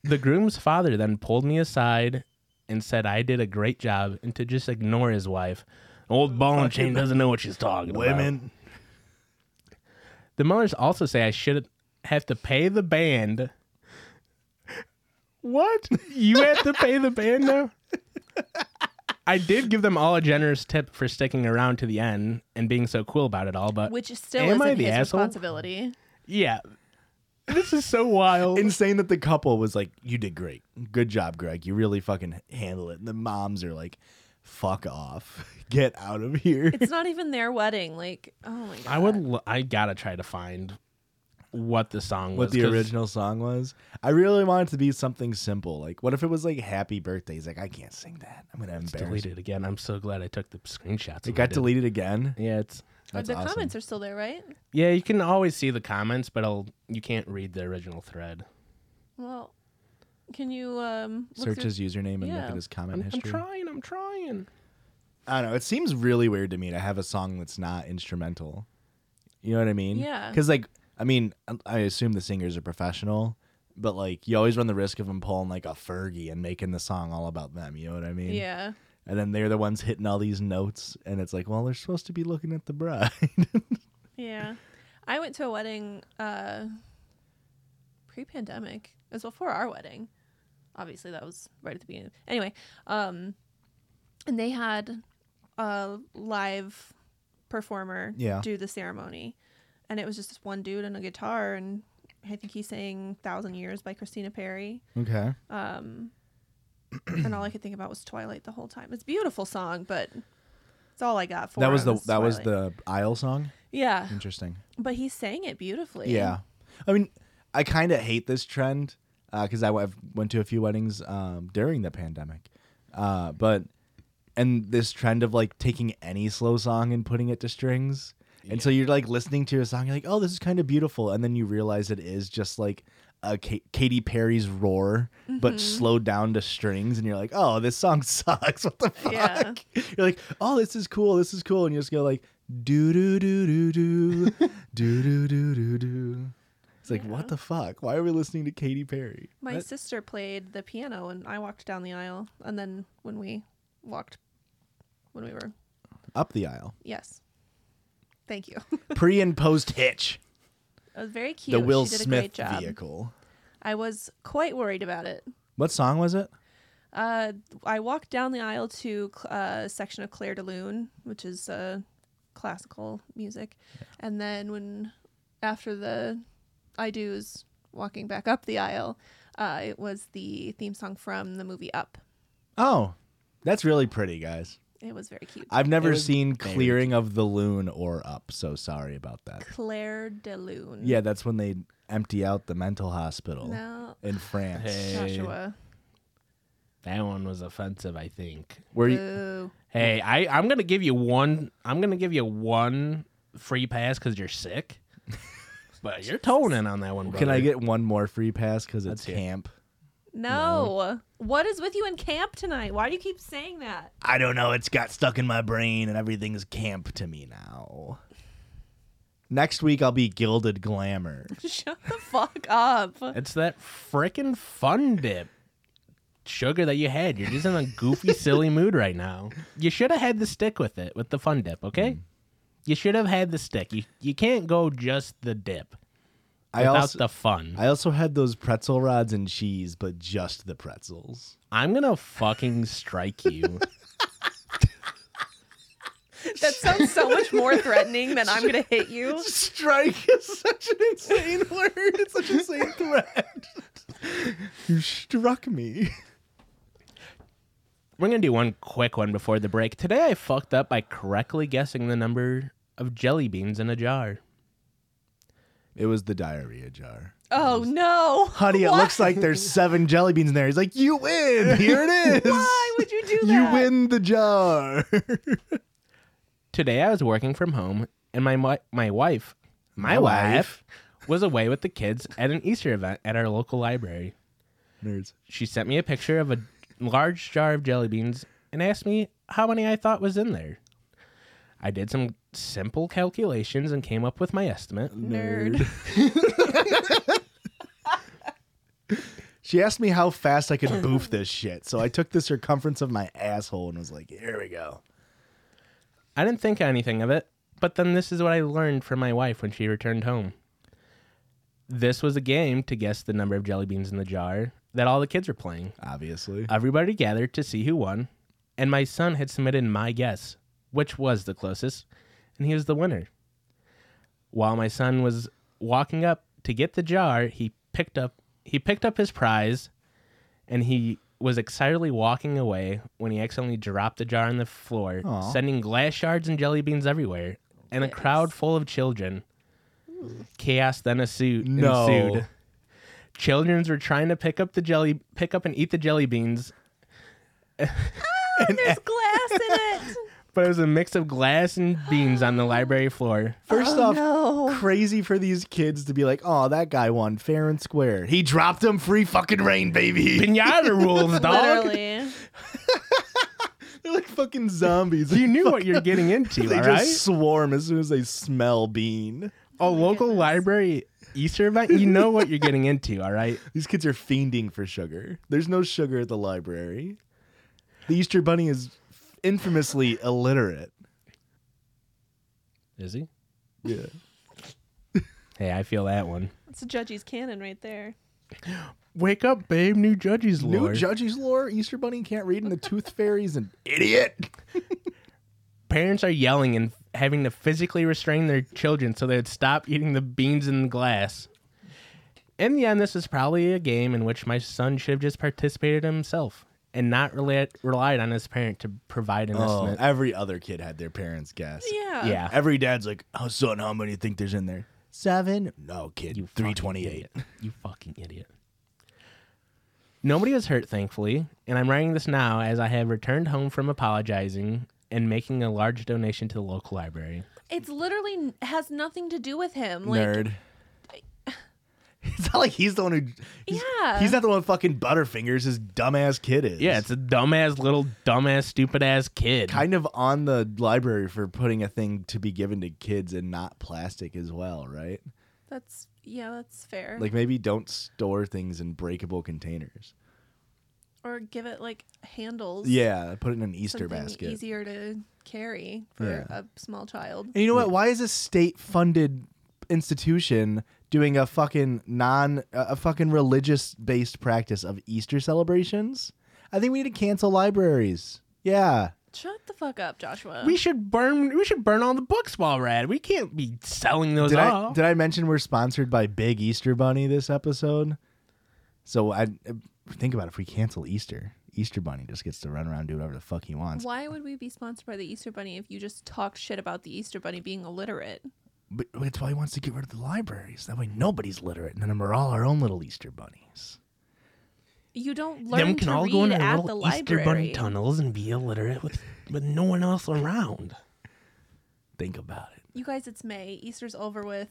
[SPEAKER 3] The groom's father then pulled me aside and said I did a great job and to just ignore his wife. Old ball and chain doesn't know what she's talking about.
[SPEAKER 1] Women.
[SPEAKER 3] The Mullers also say I should have to pay the band. What? You have to pay the band now? I did give them all a generous tip for sticking around to the end and being so cool about it all, but
[SPEAKER 2] Which still
[SPEAKER 3] Am
[SPEAKER 2] isn't
[SPEAKER 3] I the
[SPEAKER 2] his
[SPEAKER 3] asshole?
[SPEAKER 2] responsibility.
[SPEAKER 3] yeah. This is so wild.
[SPEAKER 1] Insane that the couple was like, "You did great, good job, Greg. You really fucking handle it." And the moms are like, "Fuck off, *laughs* get out of here."
[SPEAKER 2] It's not even their wedding. Like, oh my god.
[SPEAKER 3] I would. Lo- I gotta try to find what the song
[SPEAKER 1] *laughs*
[SPEAKER 3] was.
[SPEAKER 1] what the
[SPEAKER 3] 'cause
[SPEAKER 1] original song was. I really wanted to be something simple. Like, what if it was like "Happy Birthday"? He's like, "I can't sing that. I'm gonna
[SPEAKER 3] It's
[SPEAKER 1] embarrass."
[SPEAKER 3] deleted again. I'm so glad I took the screenshots.
[SPEAKER 1] It
[SPEAKER 3] when I
[SPEAKER 1] got
[SPEAKER 3] did.
[SPEAKER 1] deleted again.
[SPEAKER 3] Yeah, it's.
[SPEAKER 1] That's
[SPEAKER 2] the
[SPEAKER 1] awesome.
[SPEAKER 2] comments are still there, right?
[SPEAKER 3] Yeah, you can always see the comments, but I'll, you can't read the original thread.
[SPEAKER 2] Well, can you um look
[SPEAKER 1] Search
[SPEAKER 2] through-
[SPEAKER 1] his username and look
[SPEAKER 2] Yeah.
[SPEAKER 1] at his comment
[SPEAKER 3] I'm, I'm
[SPEAKER 1] history.
[SPEAKER 3] trying. I'm trying.
[SPEAKER 1] I don't know. It seems really weird to me to have a song that's not instrumental. You know what I mean?
[SPEAKER 2] Yeah.
[SPEAKER 1] Because like, I mean, I- I assume the singers are professional, but like, you always run the risk of them pulling like a Fergie and making the song all about them. You know what I mean?
[SPEAKER 2] Yeah.
[SPEAKER 1] And then they're the ones hitting all these notes, and it's like, well, they're supposed to be looking at the bride. *laughs*
[SPEAKER 2] Yeah. I went to a wedding uh pre-pandemic. It was before our wedding. Obviously, that was right at the beginning. Anyway, um and they had a live performer
[SPEAKER 1] Yeah.
[SPEAKER 2] do the ceremony. And it was just this one dude and a guitar and I think he sang Thousand Years by Christina Perry.
[SPEAKER 1] okay.
[SPEAKER 2] Um and all I could think about was Twilight the whole time. It's a beautiful song, but it's all I got for
[SPEAKER 1] that was
[SPEAKER 2] it
[SPEAKER 1] the that was
[SPEAKER 2] Twilight.
[SPEAKER 1] the Isle song.
[SPEAKER 2] Yeah.
[SPEAKER 1] Interesting.
[SPEAKER 2] But he sang it beautifully.
[SPEAKER 1] Yeah, I mean, I kind of hate this trend because I have went to a few weddings um, during the pandemic, uh, but and this trend of like taking any slow song and putting it to strings, and so you're like listening to a song, you're like, oh, this is kind of beautiful, and then you realize it is just like a Ka- Katy Perry's roar, but
[SPEAKER 2] Mm-hmm.
[SPEAKER 1] slowed down to strings, and you're like, oh, this song *laughs* sucks. What the fuck?
[SPEAKER 2] Yeah.
[SPEAKER 1] You're like, oh, this is cool. This is cool, and you just go like, do do do do do
[SPEAKER 2] *laughs*
[SPEAKER 1] do do do do do. It's like, what the fuck? Why are we listening to Katy Perry?
[SPEAKER 2] My
[SPEAKER 1] That-
[SPEAKER 2] sister played the piano and I walked down the aisle. And then when we walked, when we were,
[SPEAKER 1] Up the aisle,
[SPEAKER 2] yes. Thank you. *laughs*
[SPEAKER 1] pre and post Hitch,
[SPEAKER 2] it was very cute.
[SPEAKER 1] the Will
[SPEAKER 2] she did a
[SPEAKER 1] Smith
[SPEAKER 2] great job.
[SPEAKER 1] vehicle.
[SPEAKER 2] I was quite worried about it.
[SPEAKER 1] What song was it?
[SPEAKER 2] Uh, I walked down the aisle to cl- uh, a section of Clair de Lune, which is uh, classical music. And then when, after the I do's, walking back up the aisle, uh, it was the theme song from the movie Up.
[SPEAKER 1] Oh, that's really pretty, guys.
[SPEAKER 2] It was very cute.
[SPEAKER 1] I've never
[SPEAKER 3] was
[SPEAKER 1] seen Clearing of the Loon or Up, so sorry about that.
[SPEAKER 2] Claire de Lune.
[SPEAKER 1] Yeah, that's when they empty out the mental hospital
[SPEAKER 2] No.
[SPEAKER 1] in France.
[SPEAKER 3] Hey.
[SPEAKER 2] Joshua.
[SPEAKER 3] That one was offensive, I think.
[SPEAKER 1] Where you,
[SPEAKER 2] Boo.
[SPEAKER 3] Hey, I, I'm gonna give you one. I'm gonna give you one free pass because
[SPEAKER 1] *laughs*
[SPEAKER 3] you're sick. But you're toeing in on that one. Brother.
[SPEAKER 1] can I get one more free pass because it's
[SPEAKER 3] Let's hear it.
[SPEAKER 1] camp?
[SPEAKER 2] No. What is with you in camp tonight? Why do you keep saying that? *laughs*
[SPEAKER 1] I don't know. It's got stuck in my brain, and everything's camp to me now. Next week, I'll be Gilded Glamour.
[SPEAKER 2] Shut the fuck up.
[SPEAKER 3] It's that frickin' fun dip sugar that you had. You're just in a
[SPEAKER 1] *laughs*
[SPEAKER 3] goofy, silly mood right now. You should have had the stick with it, with the fun dip. Okay.
[SPEAKER 1] Mm.
[SPEAKER 3] You should have had the stick. You you can't go just the dip
[SPEAKER 1] I
[SPEAKER 3] without
[SPEAKER 1] also,
[SPEAKER 3] the fun.
[SPEAKER 1] I also had those pretzel rods and cheese, but just the pretzels.
[SPEAKER 3] I'm gonna fucking
[SPEAKER 1] *laughs*
[SPEAKER 3] strike you.
[SPEAKER 2] That sounds so
[SPEAKER 1] *laughs*
[SPEAKER 2] much more threatening than I'm going to hit you.
[SPEAKER 1] Strike is such an insane *laughs* word. It's such an insane threat. you struck me.
[SPEAKER 3] We're gonna do one quick one before the break. Today I fucked up by correctly guessing the number of jelly beans in a jar.
[SPEAKER 1] It was the diarrhea jar.
[SPEAKER 2] Oh, no.
[SPEAKER 1] Honey, it
[SPEAKER 2] Why-
[SPEAKER 1] looks like there's seven jelly beans in there. He's like, you win. Here it *laughs* is.
[SPEAKER 2] Why would you do that?
[SPEAKER 1] You win the jar.
[SPEAKER 3] Today I was working from home and my my, my wife, my,
[SPEAKER 1] My wife.
[SPEAKER 3] wife *laughs* was away with the kids at an Easter event at our local library.
[SPEAKER 1] Nerds.
[SPEAKER 3] She sent me a picture of a large jar of jelly beans and asked me how many I thought was in there. I did some simple calculations and came up with my estimate.
[SPEAKER 2] *laughs* Nerd.
[SPEAKER 1] She asked me how fast I could boof this shit, so I took the circumference of my asshole and was like, "Here we go."
[SPEAKER 3] I didn't think anything of it, but then this is what I learned from my wife when she returned home. This was a game to guess the number of jelly beans in the jar that all the kids were playing.
[SPEAKER 1] Obviously,
[SPEAKER 3] Everybody gathered to see who won, and my son had submitted my guess, which was the closest, and he was the winner. While my son was walking up to get the jar, he picked up he picked up his prize and he was excitedly walking away when he accidentally dropped the jar on the floor, sending glass shards and jelly beans everywhere, and a crowd full of children. Chaos then ensued.
[SPEAKER 1] No.
[SPEAKER 3] ensued. Childrens were trying to pick up the jelly, pick up and eat the jelly beans,
[SPEAKER 2] *laughs* There's glass
[SPEAKER 1] *laughs*
[SPEAKER 2] in it.
[SPEAKER 3] but it was a mix of glass and beans on the library floor.
[SPEAKER 1] First off,
[SPEAKER 2] no.
[SPEAKER 1] crazy for these kids to be like, "Oh, that guy won fair and square. He dropped him free fucking rain, baby."
[SPEAKER 3] *laughs* Pinata rules, dog.
[SPEAKER 4] Literally.
[SPEAKER 1] They're like fucking zombies.
[SPEAKER 3] You knew what you're getting into, *laughs* all
[SPEAKER 1] they
[SPEAKER 3] right?
[SPEAKER 1] just swarm as soon as they smell bean.
[SPEAKER 3] a local library Easter event, you know what you're getting into, all right?
[SPEAKER 1] These kids are fiending for sugar. There's no sugar at the library. The Easter Bunny is infamously illiterate.
[SPEAKER 3] Is he?
[SPEAKER 1] Yeah.
[SPEAKER 3] Hey, I feel that one.
[SPEAKER 2] It's a judgy's cannon right there.
[SPEAKER 3] Wake up, babe. New judges,
[SPEAKER 1] New
[SPEAKER 3] Lord.
[SPEAKER 1] judges lore. Easter Bunny can't read, and the Tooth Fairy's an idiot.
[SPEAKER 3] Parents are yelling and having to physically restrain their children so they'd stop eating the beans in the glass. In the end, this is probably a game in which my son should have just participated himself and not rela- relied on his parent to provide an
[SPEAKER 1] Oh,
[SPEAKER 3] estimate.
[SPEAKER 1] every other kid had their parents guess.
[SPEAKER 2] Yeah.
[SPEAKER 3] Yeah.
[SPEAKER 1] Every dad's like, "Oh, son, how many think there's in there? Seven? No, kid.
[SPEAKER 3] You
[SPEAKER 1] Three
[SPEAKER 3] fucking
[SPEAKER 1] twenty-eight.
[SPEAKER 3] idiot. You fucking idiot. Nobody was hurt, thankfully, and I'm writing this now as I have returned home from apologizing and making a large donation to the local library.
[SPEAKER 2] It's literally n- has nothing to do with him. Like,
[SPEAKER 1] Nerd." *laughs* It's not like he's the one who. He's,
[SPEAKER 2] Yeah.
[SPEAKER 1] He's not the one with fucking Butterfingers. His dumbass kid is.
[SPEAKER 3] Yeah, it's a dumbass little dumbass stupid ass kid.
[SPEAKER 1] kind of on the library for putting a thing to be given to kids and not plastic as well, right?
[SPEAKER 2] That's yeah, that's fair.
[SPEAKER 1] Like maybe don't store things in breakable containers.
[SPEAKER 2] or give it like handles.
[SPEAKER 1] Yeah, put it in an Easter
[SPEAKER 2] something
[SPEAKER 1] basket.
[SPEAKER 2] Easier to carry for
[SPEAKER 1] Yeah.
[SPEAKER 2] a small child.
[SPEAKER 1] And you know what? Why is a state-funded institution doing a fucking non a fucking religious-based practice of Easter celebrations? I think we need to cancel libraries. Yeah.
[SPEAKER 2] Shut the fuck up, Joshua.
[SPEAKER 3] we should burn we should burn all the books while we're at it. We can't be selling those
[SPEAKER 1] Did I
[SPEAKER 3] off.
[SPEAKER 1] did I mention we're sponsored by Big Easter Bunny this episode? So I think about if we cancel Easter, Easter Bunny just gets to run around and do whatever the fuck he wants.
[SPEAKER 2] Why would we be sponsored by the Easter Bunny if you just talked shit about the Easter Bunny being illiterate?
[SPEAKER 1] But that's why he wants to get rid of the libraries. That way nobody's literate, and then we're all our own little Easter bunnies.
[SPEAKER 2] You don't learn
[SPEAKER 3] Them can
[SPEAKER 2] to
[SPEAKER 3] all
[SPEAKER 2] read
[SPEAKER 3] go into
[SPEAKER 2] at
[SPEAKER 3] little
[SPEAKER 2] the
[SPEAKER 3] Easter
[SPEAKER 2] library.
[SPEAKER 3] bunny tunnels and be illiterate with, with no one else around.
[SPEAKER 1] Think about it.
[SPEAKER 2] You guys, it's May. Easter's over with.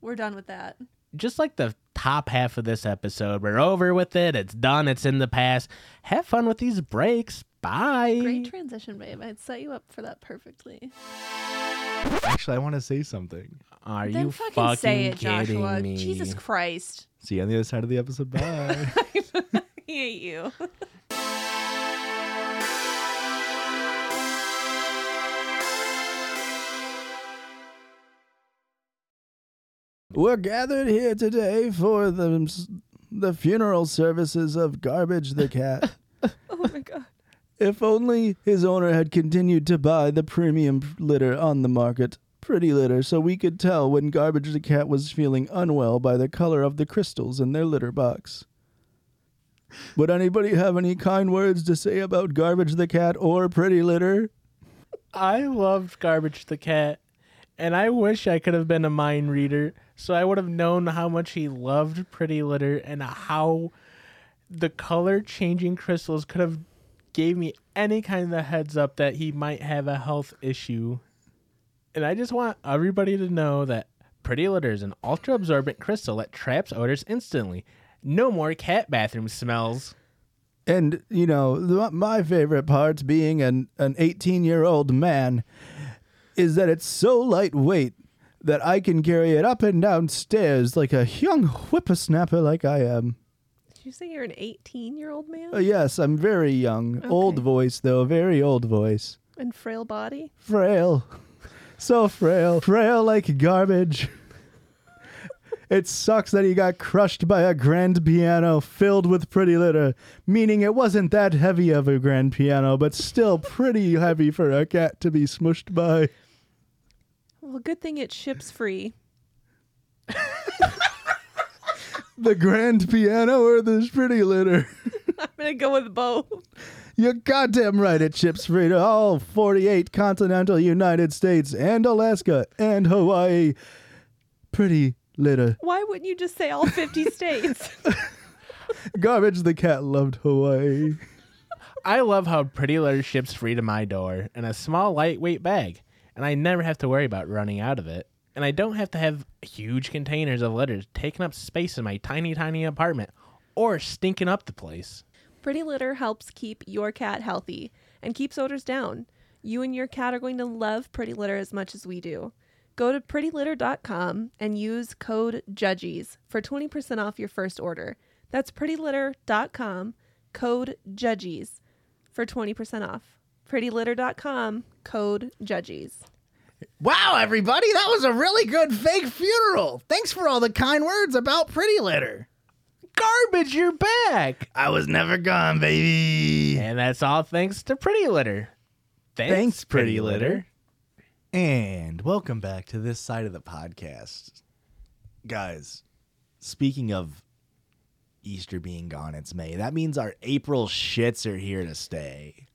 [SPEAKER 2] We're done with that.
[SPEAKER 3] just like the top half of this episode, we're over with it. It's done. It's in the past. Have fun with these breaks. Bye.
[SPEAKER 2] Great transition, babe. I'd set you up for that perfectly.
[SPEAKER 1] Actually, I want to say something.
[SPEAKER 3] Are
[SPEAKER 2] then
[SPEAKER 3] you
[SPEAKER 2] fucking,
[SPEAKER 3] fucking,
[SPEAKER 2] say it,
[SPEAKER 3] kidding
[SPEAKER 2] Joshua.
[SPEAKER 3] me?
[SPEAKER 2] Jesus Christ. *laughs*
[SPEAKER 1] See you on the other side of the episode. Bye.
[SPEAKER 2] I hate you.
[SPEAKER 1] *laughs*
[SPEAKER 2] *laughs*
[SPEAKER 1] we're gathered here today for the the funeral services of Garbage the cat.
[SPEAKER 2] Oh my god.
[SPEAKER 1] If only his owner had continued to buy the premium litter on the market, pretty litter, so we could tell when Garbage the Cat was feeling unwell by the color of the crystals in their litter box. Would anybody have any kind words to say about Garbage the Cat or Pretty Litter?
[SPEAKER 3] I loved Garbage the Cat, and I wish I could have been a mind reader so I would have known how much he loved Pretty Litter and how the color changing crystals could have gave me any kind of heads up that he might have a health issue. And I just want everybody to know that Pretty Litter is an ultra absorbent crystal that traps odors instantly. No more cat bathroom smells.
[SPEAKER 1] And, you know, the, my favorite part being an, an 18 year old man is that it's so lightweight that I can carry it up and down stairs like a young whippersnapper like I am.
[SPEAKER 2] Did you say you're an 18 year old man?
[SPEAKER 1] Uh, yes, I'm very young. Old
[SPEAKER 2] Okay.
[SPEAKER 1] voice, though. Very old voice.
[SPEAKER 2] And frail body?
[SPEAKER 1] Frail. *laughs* So frail. Frail like garbage. *laughs* It sucks that he got crushed by a grand piano filled with pretty litter, meaning it wasn't that heavy of a grand piano, but still pretty heavy for a cat to be smushed by.
[SPEAKER 2] Well, good thing it ships free.
[SPEAKER 1] the grand piano or this pretty litter?
[SPEAKER 4] I'm gonna go with both.
[SPEAKER 1] You're goddamn right. It ships free to all 48 continental United States and Alaska and Hawaii. Pretty litter.
[SPEAKER 2] *laughs* Why wouldn't you just say
[SPEAKER 4] *laughs*
[SPEAKER 2] all 50 states? *laughs*
[SPEAKER 1] Garbage the cat loved Hawaii.
[SPEAKER 3] I love how Pretty Litter ships free to my door in a small, lightweight bag, and I never have to worry about running out of it. And I don't have to have huge containers of litters taking up space in my tiny, tiny apartment or stinking up the place.
[SPEAKER 2] Pretty litter helps keep your cat healthy and keeps odors down. You and your cat are going to love Pretty Litter as much as we do. Go to prettylitter.com and use code JUDGIES for 20% off your first order. That's prettylitter.com, code JUDGIES for 20% off. prettylitter.com, code JUDGIES.
[SPEAKER 1] Wow, everybody, that was a really good fake funeral. Thanks for all the kind words about Pretty Litter.
[SPEAKER 3] Garbage, you're back!
[SPEAKER 1] I was never gone, baby.
[SPEAKER 3] And that's all thanks to Pretty Litter. Thanks,
[SPEAKER 1] Thanks, Pretty Litter. And welcome back to this side of the podcast. Guys, speaking of Easter being gone, it's May. That means our April shits are here to stay.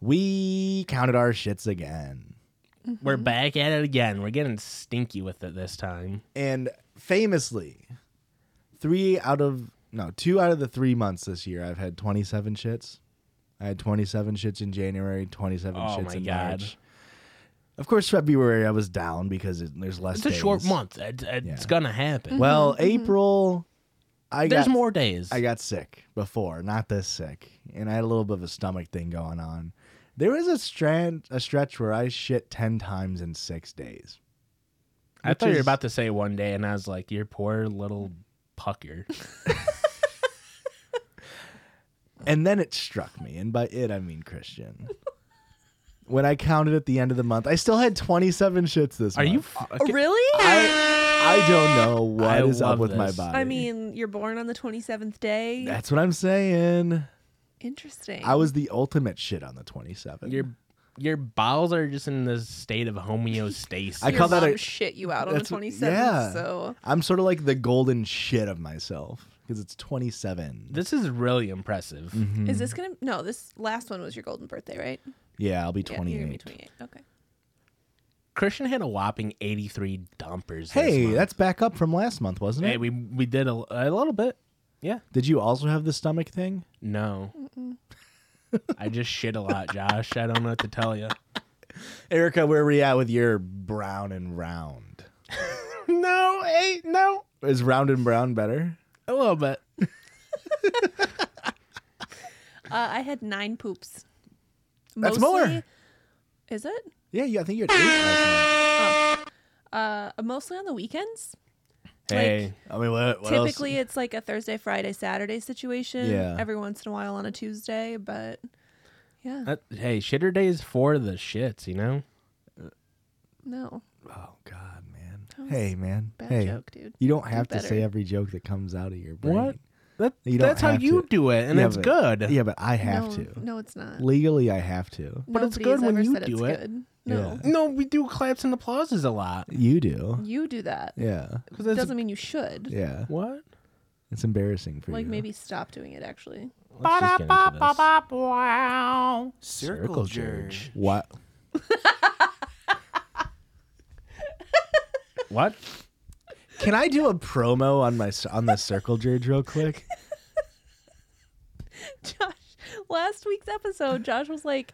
[SPEAKER 1] we counted our shits again.
[SPEAKER 3] We're back at it again. We're getting stinky with it this time.
[SPEAKER 1] And famously, three out of no, two out of the three months this year, I've had 27 shits. I had 27 shits in January, 27
[SPEAKER 3] Oh
[SPEAKER 1] shits
[SPEAKER 3] my
[SPEAKER 1] in
[SPEAKER 3] God.
[SPEAKER 1] March. Of course, February I was down because it, there's less.
[SPEAKER 3] It's a
[SPEAKER 1] days.
[SPEAKER 3] short month. It- it's gonna happen.
[SPEAKER 1] Well, April, I
[SPEAKER 3] There's
[SPEAKER 1] got
[SPEAKER 3] more days.
[SPEAKER 1] I got sick before, not this sick, and I had a little bit of a stomach thing going on. There was a strand, a stretch where I shit ten times in six days.
[SPEAKER 3] I
[SPEAKER 1] which
[SPEAKER 3] thought you
[SPEAKER 1] is-
[SPEAKER 3] were about to say one day, and I was like, "Your poor little pucker."
[SPEAKER 1] And then it struck me, and by it I mean Christian. when I counted at the end of the month, I still had 27 shits this
[SPEAKER 3] *laughs* Are
[SPEAKER 1] month.
[SPEAKER 3] you? fucking-
[SPEAKER 2] Really?
[SPEAKER 1] I don't know what
[SPEAKER 3] I
[SPEAKER 1] is up
[SPEAKER 3] love
[SPEAKER 1] with my
[SPEAKER 3] this.
[SPEAKER 1] body.
[SPEAKER 2] I mean, you're born on the 27th day.
[SPEAKER 1] that's what I'm saying.
[SPEAKER 2] Interesting.
[SPEAKER 1] I was the ultimate shit on the 27th.
[SPEAKER 3] your your bowels are just in this state of homeostasis.
[SPEAKER 1] I
[SPEAKER 2] Your
[SPEAKER 1] call that
[SPEAKER 2] mom
[SPEAKER 1] a-
[SPEAKER 2] shit you out on the
[SPEAKER 1] That's-
[SPEAKER 2] 27th.
[SPEAKER 1] yeah.
[SPEAKER 2] So
[SPEAKER 1] I'm sort of like the golden shit of myself because it's 27.
[SPEAKER 3] *laughs* this is really impressive.
[SPEAKER 1] Mm-hmm. Hmm.
[SPEAKER 2] Is this gonna? No, this last one was your golden birthday, right?
[SPEAKER 1] yeah, I'll be
[SPEAKER 2] Yeah, you're
[SPEAKER 1] 28.
[SPEAKER 2] gonna be 28. Okay.
[SPEAKER 3] Christian had a whopping eighty three dumpers. this
[SPEAKER 1] hey,
[SPEAKER 3] month.
[SPEAKER 1] that's back up from last month, wasn't it?
[SPEAKER 3] hey, we we did a, a little bit. Yeah.
[SPEAKER 1] Did you also have the stomach thing?
[SPEAKER 3] No. I just shit a lot, Josh. I don't know what to tell you.
[SPEAKER 1] Erica, where are we at with your brown and round?
[SPEAKER 3] *laughs* No, hey, no,
[SPEAKER 1] Is round and brown better?
[SPEAKER 3] a little bit.
[SPEAKER 2] Uh, I had nine poops.
[SPEAKER 1] That's more.
[SPEAKER 2] Is it?
[SPEAKER 1] Yeah, yeah I think you're at eight last month.
[SPEAKER 2] Uh, mostly on the weekends.
[SPEAKER 3] Hey,
[SPEAKER 1] I mean, what, what else?
[SPEAKER 2] Typically, it's like a Thursday, Friday, Saturday situation.
[SPEAKER 1] Yeah.
[SPEAKER 2] Every once in a while on a Tuesday, but yeah,
[SPEAKER 3] that- hey, shitter day is for the shits. You know.
[SPEAKER 2] no,
[SPEAKER 1] Oh, God, man. Hey, man.
[SPEAKER 2] bad
[SPEAKER 1] Hey,
[SPEAKER 2] joke, dude.
[SPEAKER 1] you don't have to
[SPEAKER 2] better.
[SPEAKER 1] say every joke that comes out of your brain.
[SPEAKER 3] What? That,
[SPEAKER 1] You don't
[SPEAKER 3] that's how
[SPEAKER 1] have
[SPEAKER 3] you
[SPEAKER 1] to.
[SPEAKER 3] do it, and
[SPEAKER 1] Yeah,
[SPEAKER 3] it's
[SPEAKER 1] but-
[SPEAKER 3] good.
[SPEAKER 1] Yeah, but I have
[SPEAKER 2] no,
[SPEAKER 1] to.
[SPEAKER 2] No, it's not.
[SPEAKER 1] Legally, I have to.
[SPEAKER 3] But it's
[SPEAKER 2] Nobody's
[SPEAKER 3] good when
[SPEAKER 2] ever
[SPEAKER 3] you
[SPEAKER 2] said
[SPEAKER 3] do
[SPEAKER 2] it's
[SPEAKER 3] it.
[SPEAKER 2] Good. No,
[SPEAKER 3] No, we do claps and applauses a lot.
[SPEAKER 1] You do.
[SPEAKER 2] you do that.
[SPEAKER 1] Yeah.
[SPEAKER 3] Because that's-
[SPEAKER 2] Doesn't mean you should.
[SPEAKER 1] Yeah.
[SPEAKER 3] *laughs* what?
[SPEAKER 1] It's embarrassing for
[SPEAKER 2] Like
[SPEAKER 1] you.
[SPEAKER 2] maybe stop doing it. Actually,
[SPEAKER 3] Let's just get into this.
[SPEAKER 5] Circle,
[SPEAKER 3] Jerge.
[SPEAKER 1] What?
[SPEAKER 3] What?
[SPEAKER 1] Can I do a promo on my on the circle jerge real quick?
[SPEAKER 2] *laughs* Josh, last week's episode, Josh was like,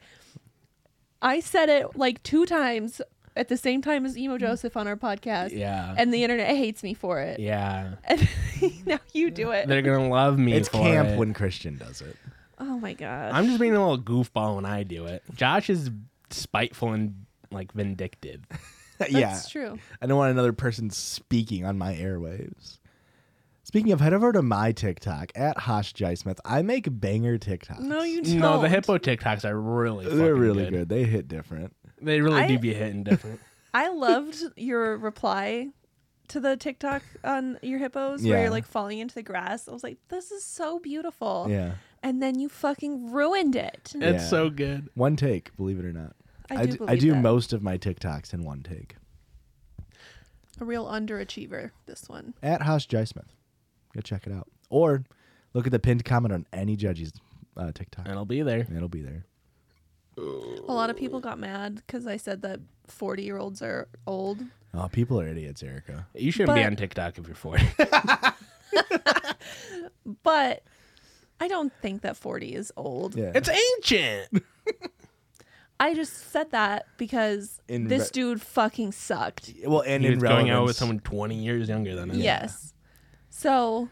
[SPEAKER 2] I said it like two times at the same time as Emo Joseph on our podcast.
[SPEAKER 3] Yeah.
[SPEAKER 2] And the internet hates me for it.
[SPEAKER 3] Yeah.
[SPEAKER 2] And *laughs* now you do it.
[SPEAKER 3] They're gonna love me.
[SPEAKER 1] It's
[SPEAKER 3] for
[SPEAKER 1] camp
[SPEAKER 3] it.
[SPEAKER 1] when Christian does it. *laughs*
[SPEAKER 2] Oh my gosh.
[SPEAKER 3] I'm just being a little goofball when I do it. Josh is spiteful and like vindictive.
[SPEAKER 1] *laughs* yeah,
[SPEAKER 2] That's true.
[SPEAKER 1] I don't want another person speaking on my airwaves. Speaking of, head over to my TikTok at Hosh J Smith. I make banger TikToks.
[SPEAKER 2] No, you don't.
[SPEAKER 3] No, the hippo TikToks are really
[SPEAKER 1] They're
[SPEAKER 3] fucking
[SPEAKER 1] really good. They hit different.
[SPEAKER 3] They really
[SPEAKER 2] I-
[SPEAKER 3] do be hitting different.
[SPEAKER 2] I loved your reply to the TikTok on your hippos where
[SPEAKER 1] Yeah.
[SPEAKER 2] you're like falling into the grass. I was like, this is so
[SPEAKER 3] Oh.
[SPEAKER 2] beautiful.
[SPEAKER 1] Yeah,
[SPEAKER 2] And then you fucking ruined it.
[SPEAKER 1] *laughs*
[SPEAKER 3] It's
[SPEAKER 1] Yeah.
[SPEAKER 3] so good.
[SPEAKER 1] one take. Believe it or not,
[SPEAKER 2] I do
[SPEAKER 1] d-
[SPEAKER 2] believe that.
[SPEAKER 1] most of my TikToks in one take.
[SPEAKER 2] A real underachiever, this one.
[SPEAKER 1] At Hosh J Smith, Go check it out. Or look at the pinned comment on any judge's uh, TikTok.
[SPEAKER 3] And I'll be there.
[SPEAKER 1] It'll be there.
[SPEAKER 2] A lot of people got mad because I said that 40 year olds are old.
[SPEAKER 1] Oh, people are idiots, Erica.
[SPEAKER 3] You shouldn't be
[SPEAKER 2] But-
[SPEAKER 3] on TikTok if you're 40.
[SPEAKER 2] But I don't think that 40 is old.
[SPEAKER 1] Yeah.
[SPEAKER 3] it's *laughs* ancient.
[SPEAKER 2] I just said that because
[SPEAKER 1] In
[SPEAKER 2] this
[SPEAKER 1] re-
[SPEAKER 2] dude fucking sucked.
[SPEAKER 1] well, and
[SPEAKER 3] He's
[SPEAKER 1] in
[SPEAKER 3] going out
[SPEAKER 1] relevance-
[SPEAKER 3] with someone 20 years younger than him.
[SPEAKER 2] Yes. So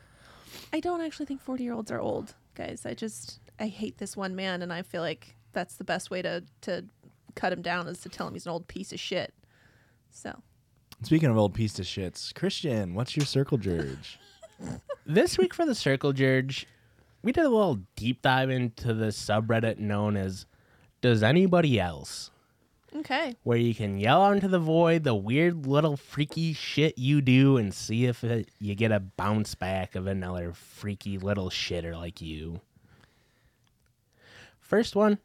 [SPEAKER 2] I don't actually think 40 year olds are old, guys. I just, I hate this one man, and I feel like that's the best way to, to cut him down is to tell him he's an old piece of shit. So
[SPEAKER 1] Speaking of old piece of shits, Christian, what's your circle jerge?
[SPEAKER 3] This week for the Circle Jerge, we did a little deep dive into the subreddit known as Does Anybody Else?
[SPEAKER 2] Okay.
[SPEAKER 3] where you can yell onto the void the weird little freaky shit you do and see if it, you get a bounce back of another freaky little shitter like you. First one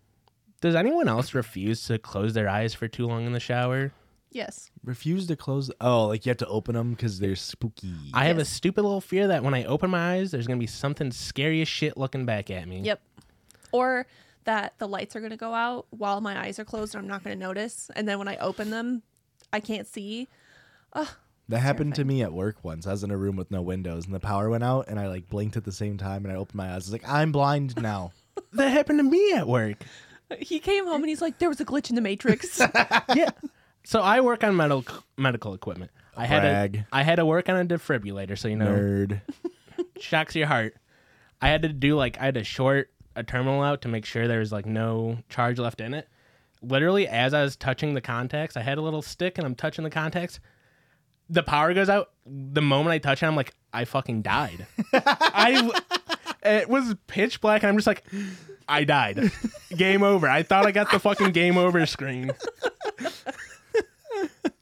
[SPEAKER 3] Does anyone else refuse to close their eyes for too long in the shower?
[SPEAKER 2] Yes.
[SPEAKER 1] Refuse to close. Oh, like you have to open them because they're spooky.
[SPEAKER 3] I have a
[SPEAKER 2] Yes.
[SPEAKER 3] stupid little fear that when I open my eyes, there's going to be something scary as shit looking back at me.
[SPEAKER 2] Yep. Or that the lights are going to go out while my eyes are closed and I'm not going to notice. And then when I open them, I can't see.
[SPEAKER 1] that happened to me at work once. I was in a room with no windows and the power went out and I like blinked at the same time and I opened my eyes. I was like, I'm blind
[SPEAKER 3] *laughs*
[SPEAKER 1] now.
[SPEAKER 3] That happened to me at work.
[SPEAKER 2] He came home and he's like, there was a glitch in the matrix.
[SPEAKER 3] yeah. So I work on medical medical equipment. I had
[SPEAKER 1] Brag.
[SPEAKER 3] to, I had to work on a defibrillator, so you know *laughs*
[SPEAKER 1] Nerd.
[SPEAKER 3] shocks your heart. I had to do like I had to short a terminal out to make sure there was like no charge left in it. Literally, as I was touching the contacts, I had a little stick and I'm touching the contacts. The power goes out. The moment I touch it, I'm like, I fucking died. I it was pitch black, and I'm just like, I died. Game over. I thought I got the fucking game over screen.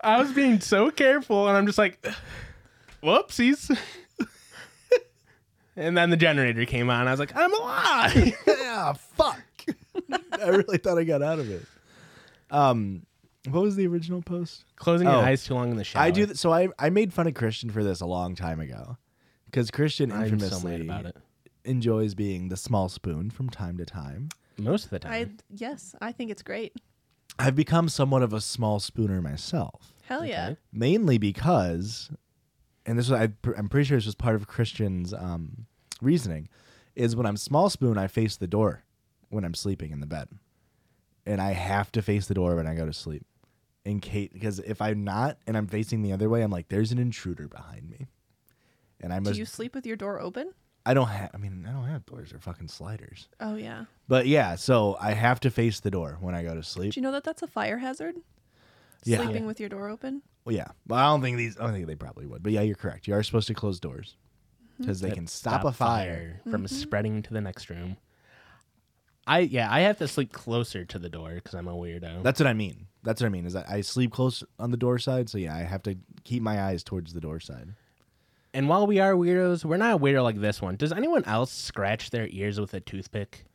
[SPEAKER 3] I was being so careful, and I'm just like, whoopsies. And then the generator came on. I was like, I'm alive. *laughs*
[SPEAKER 1] yeah, fuck. *laughs* I really thought I got out of it. Um, what was the original post?
[SPEAKER 3] Closing your
[SPEAKER 1] Oh.
[SPEAKER 3] eyes too long in the shower.
[SPEAKER 1] I do. Th- so I I made fun of Christian for this a long time ago, because Christian
[SPEAKER 3] I'm so mad
[SPEAKER 1] infamously
[SPEAKER 3] about it.
[SPEAKER 1] enjoys being the small spoon from time to time.
[SPEAKER 3] Most of the
[SPEAKER 2] *laughs* I,
[SPEAKER 3] time.
[SPEAKER 2] yes, I think it's great.
[SPEAKER 1] I've become somewhat of a small spooner myself,
[SPEAKER 2] Hell yeah.
[SPEAKER 3] Okay.
[SPEAKER 1] mainly because, and this was I, pr- I'm pretty sure this was part of Christian's um, reasoning, is when I'm small spoon, I face the door when I'm sleeping in the bed, and I have to face the door when I go to sleep. In case, because if I'm not and I'm facing the other way, I'm like, there's an intruder behind me, and I must.
[SPEAKER 2] Do you sleep with your door open?
[SPEAKER 1] I don't have. I mean, I don't have doors. They're fucking sliders.
[SPEAKER 2] Oh, yeah.
[SPEAKER 1] But yeah, so I have to face the door when I go to sleep.
[SPEAKER 2] Do you know that that's a fire hazard?
[SPEAKER 1] Yeah.
[SPEAKER 2] Sleeping with your door open?
[SPEAKER 1] Well, yeah, but I don't think these. I don't think they probably would. But yeah, you're correct. You are supposed to close doors
[SPEAKER 2] Mm-hmm.
[SPEAKER 1] because they can stop, a fire.
[SPEAKER 3] from spreading to the next room. I yeah, I have to sleep closer to the door because I'm a weirdo.
[SPEAKER 1] That's what I mean. That's what I mean. Is I, I sleep close on the door side, so yeah, I have to keep my eyes towards the door side.
[SPEAKER 3] and while we are weirdos, we're not a weirdo like this one. Does anyone else scratch their ears with a toothpick?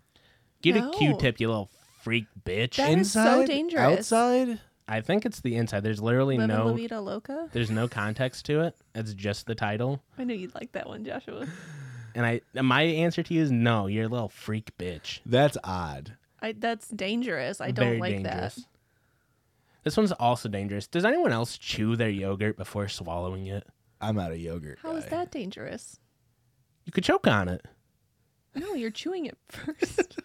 [SPEAKER 3] Get
[SPEAKER 2] No.
[SPEAKER 3] a Q-tip, you little freak bitch.
[SPEAKER 2] That- is so dangerous.
[SPEAKER 1] Outside,
[SPEAKER 3] I think it's the inside. There's literally
[SPEAKER 2] Lemon
[SPEAKER 3] no.
[SPEAKER 2] Levita Loca?
[SPEAKER 3] There's no context to it. It's just the title.
[SPEAKER 2] I knew you'd like that one, Joshua.
[SPEAKER 3] And I, my answer to you is no. You're a little freak bitch.
[SPEAKER 1] that's odd.
[SPEAKER 2] I, that's dangerous. I don't like that.
[SPEAKER 3] This one's also dangerous. Does anyone else chew their yogurt before swallowing it?
[SPEAKER 1] I'm out of yogurt.
[SPEAKER 2] How is
[SPEAKER 1] guy.
[SPEAKER 2] that dangerous?
[SPEAKER 3] You could choke on it.
[SPEAKER 2] No, you're chewing it *laughs* first.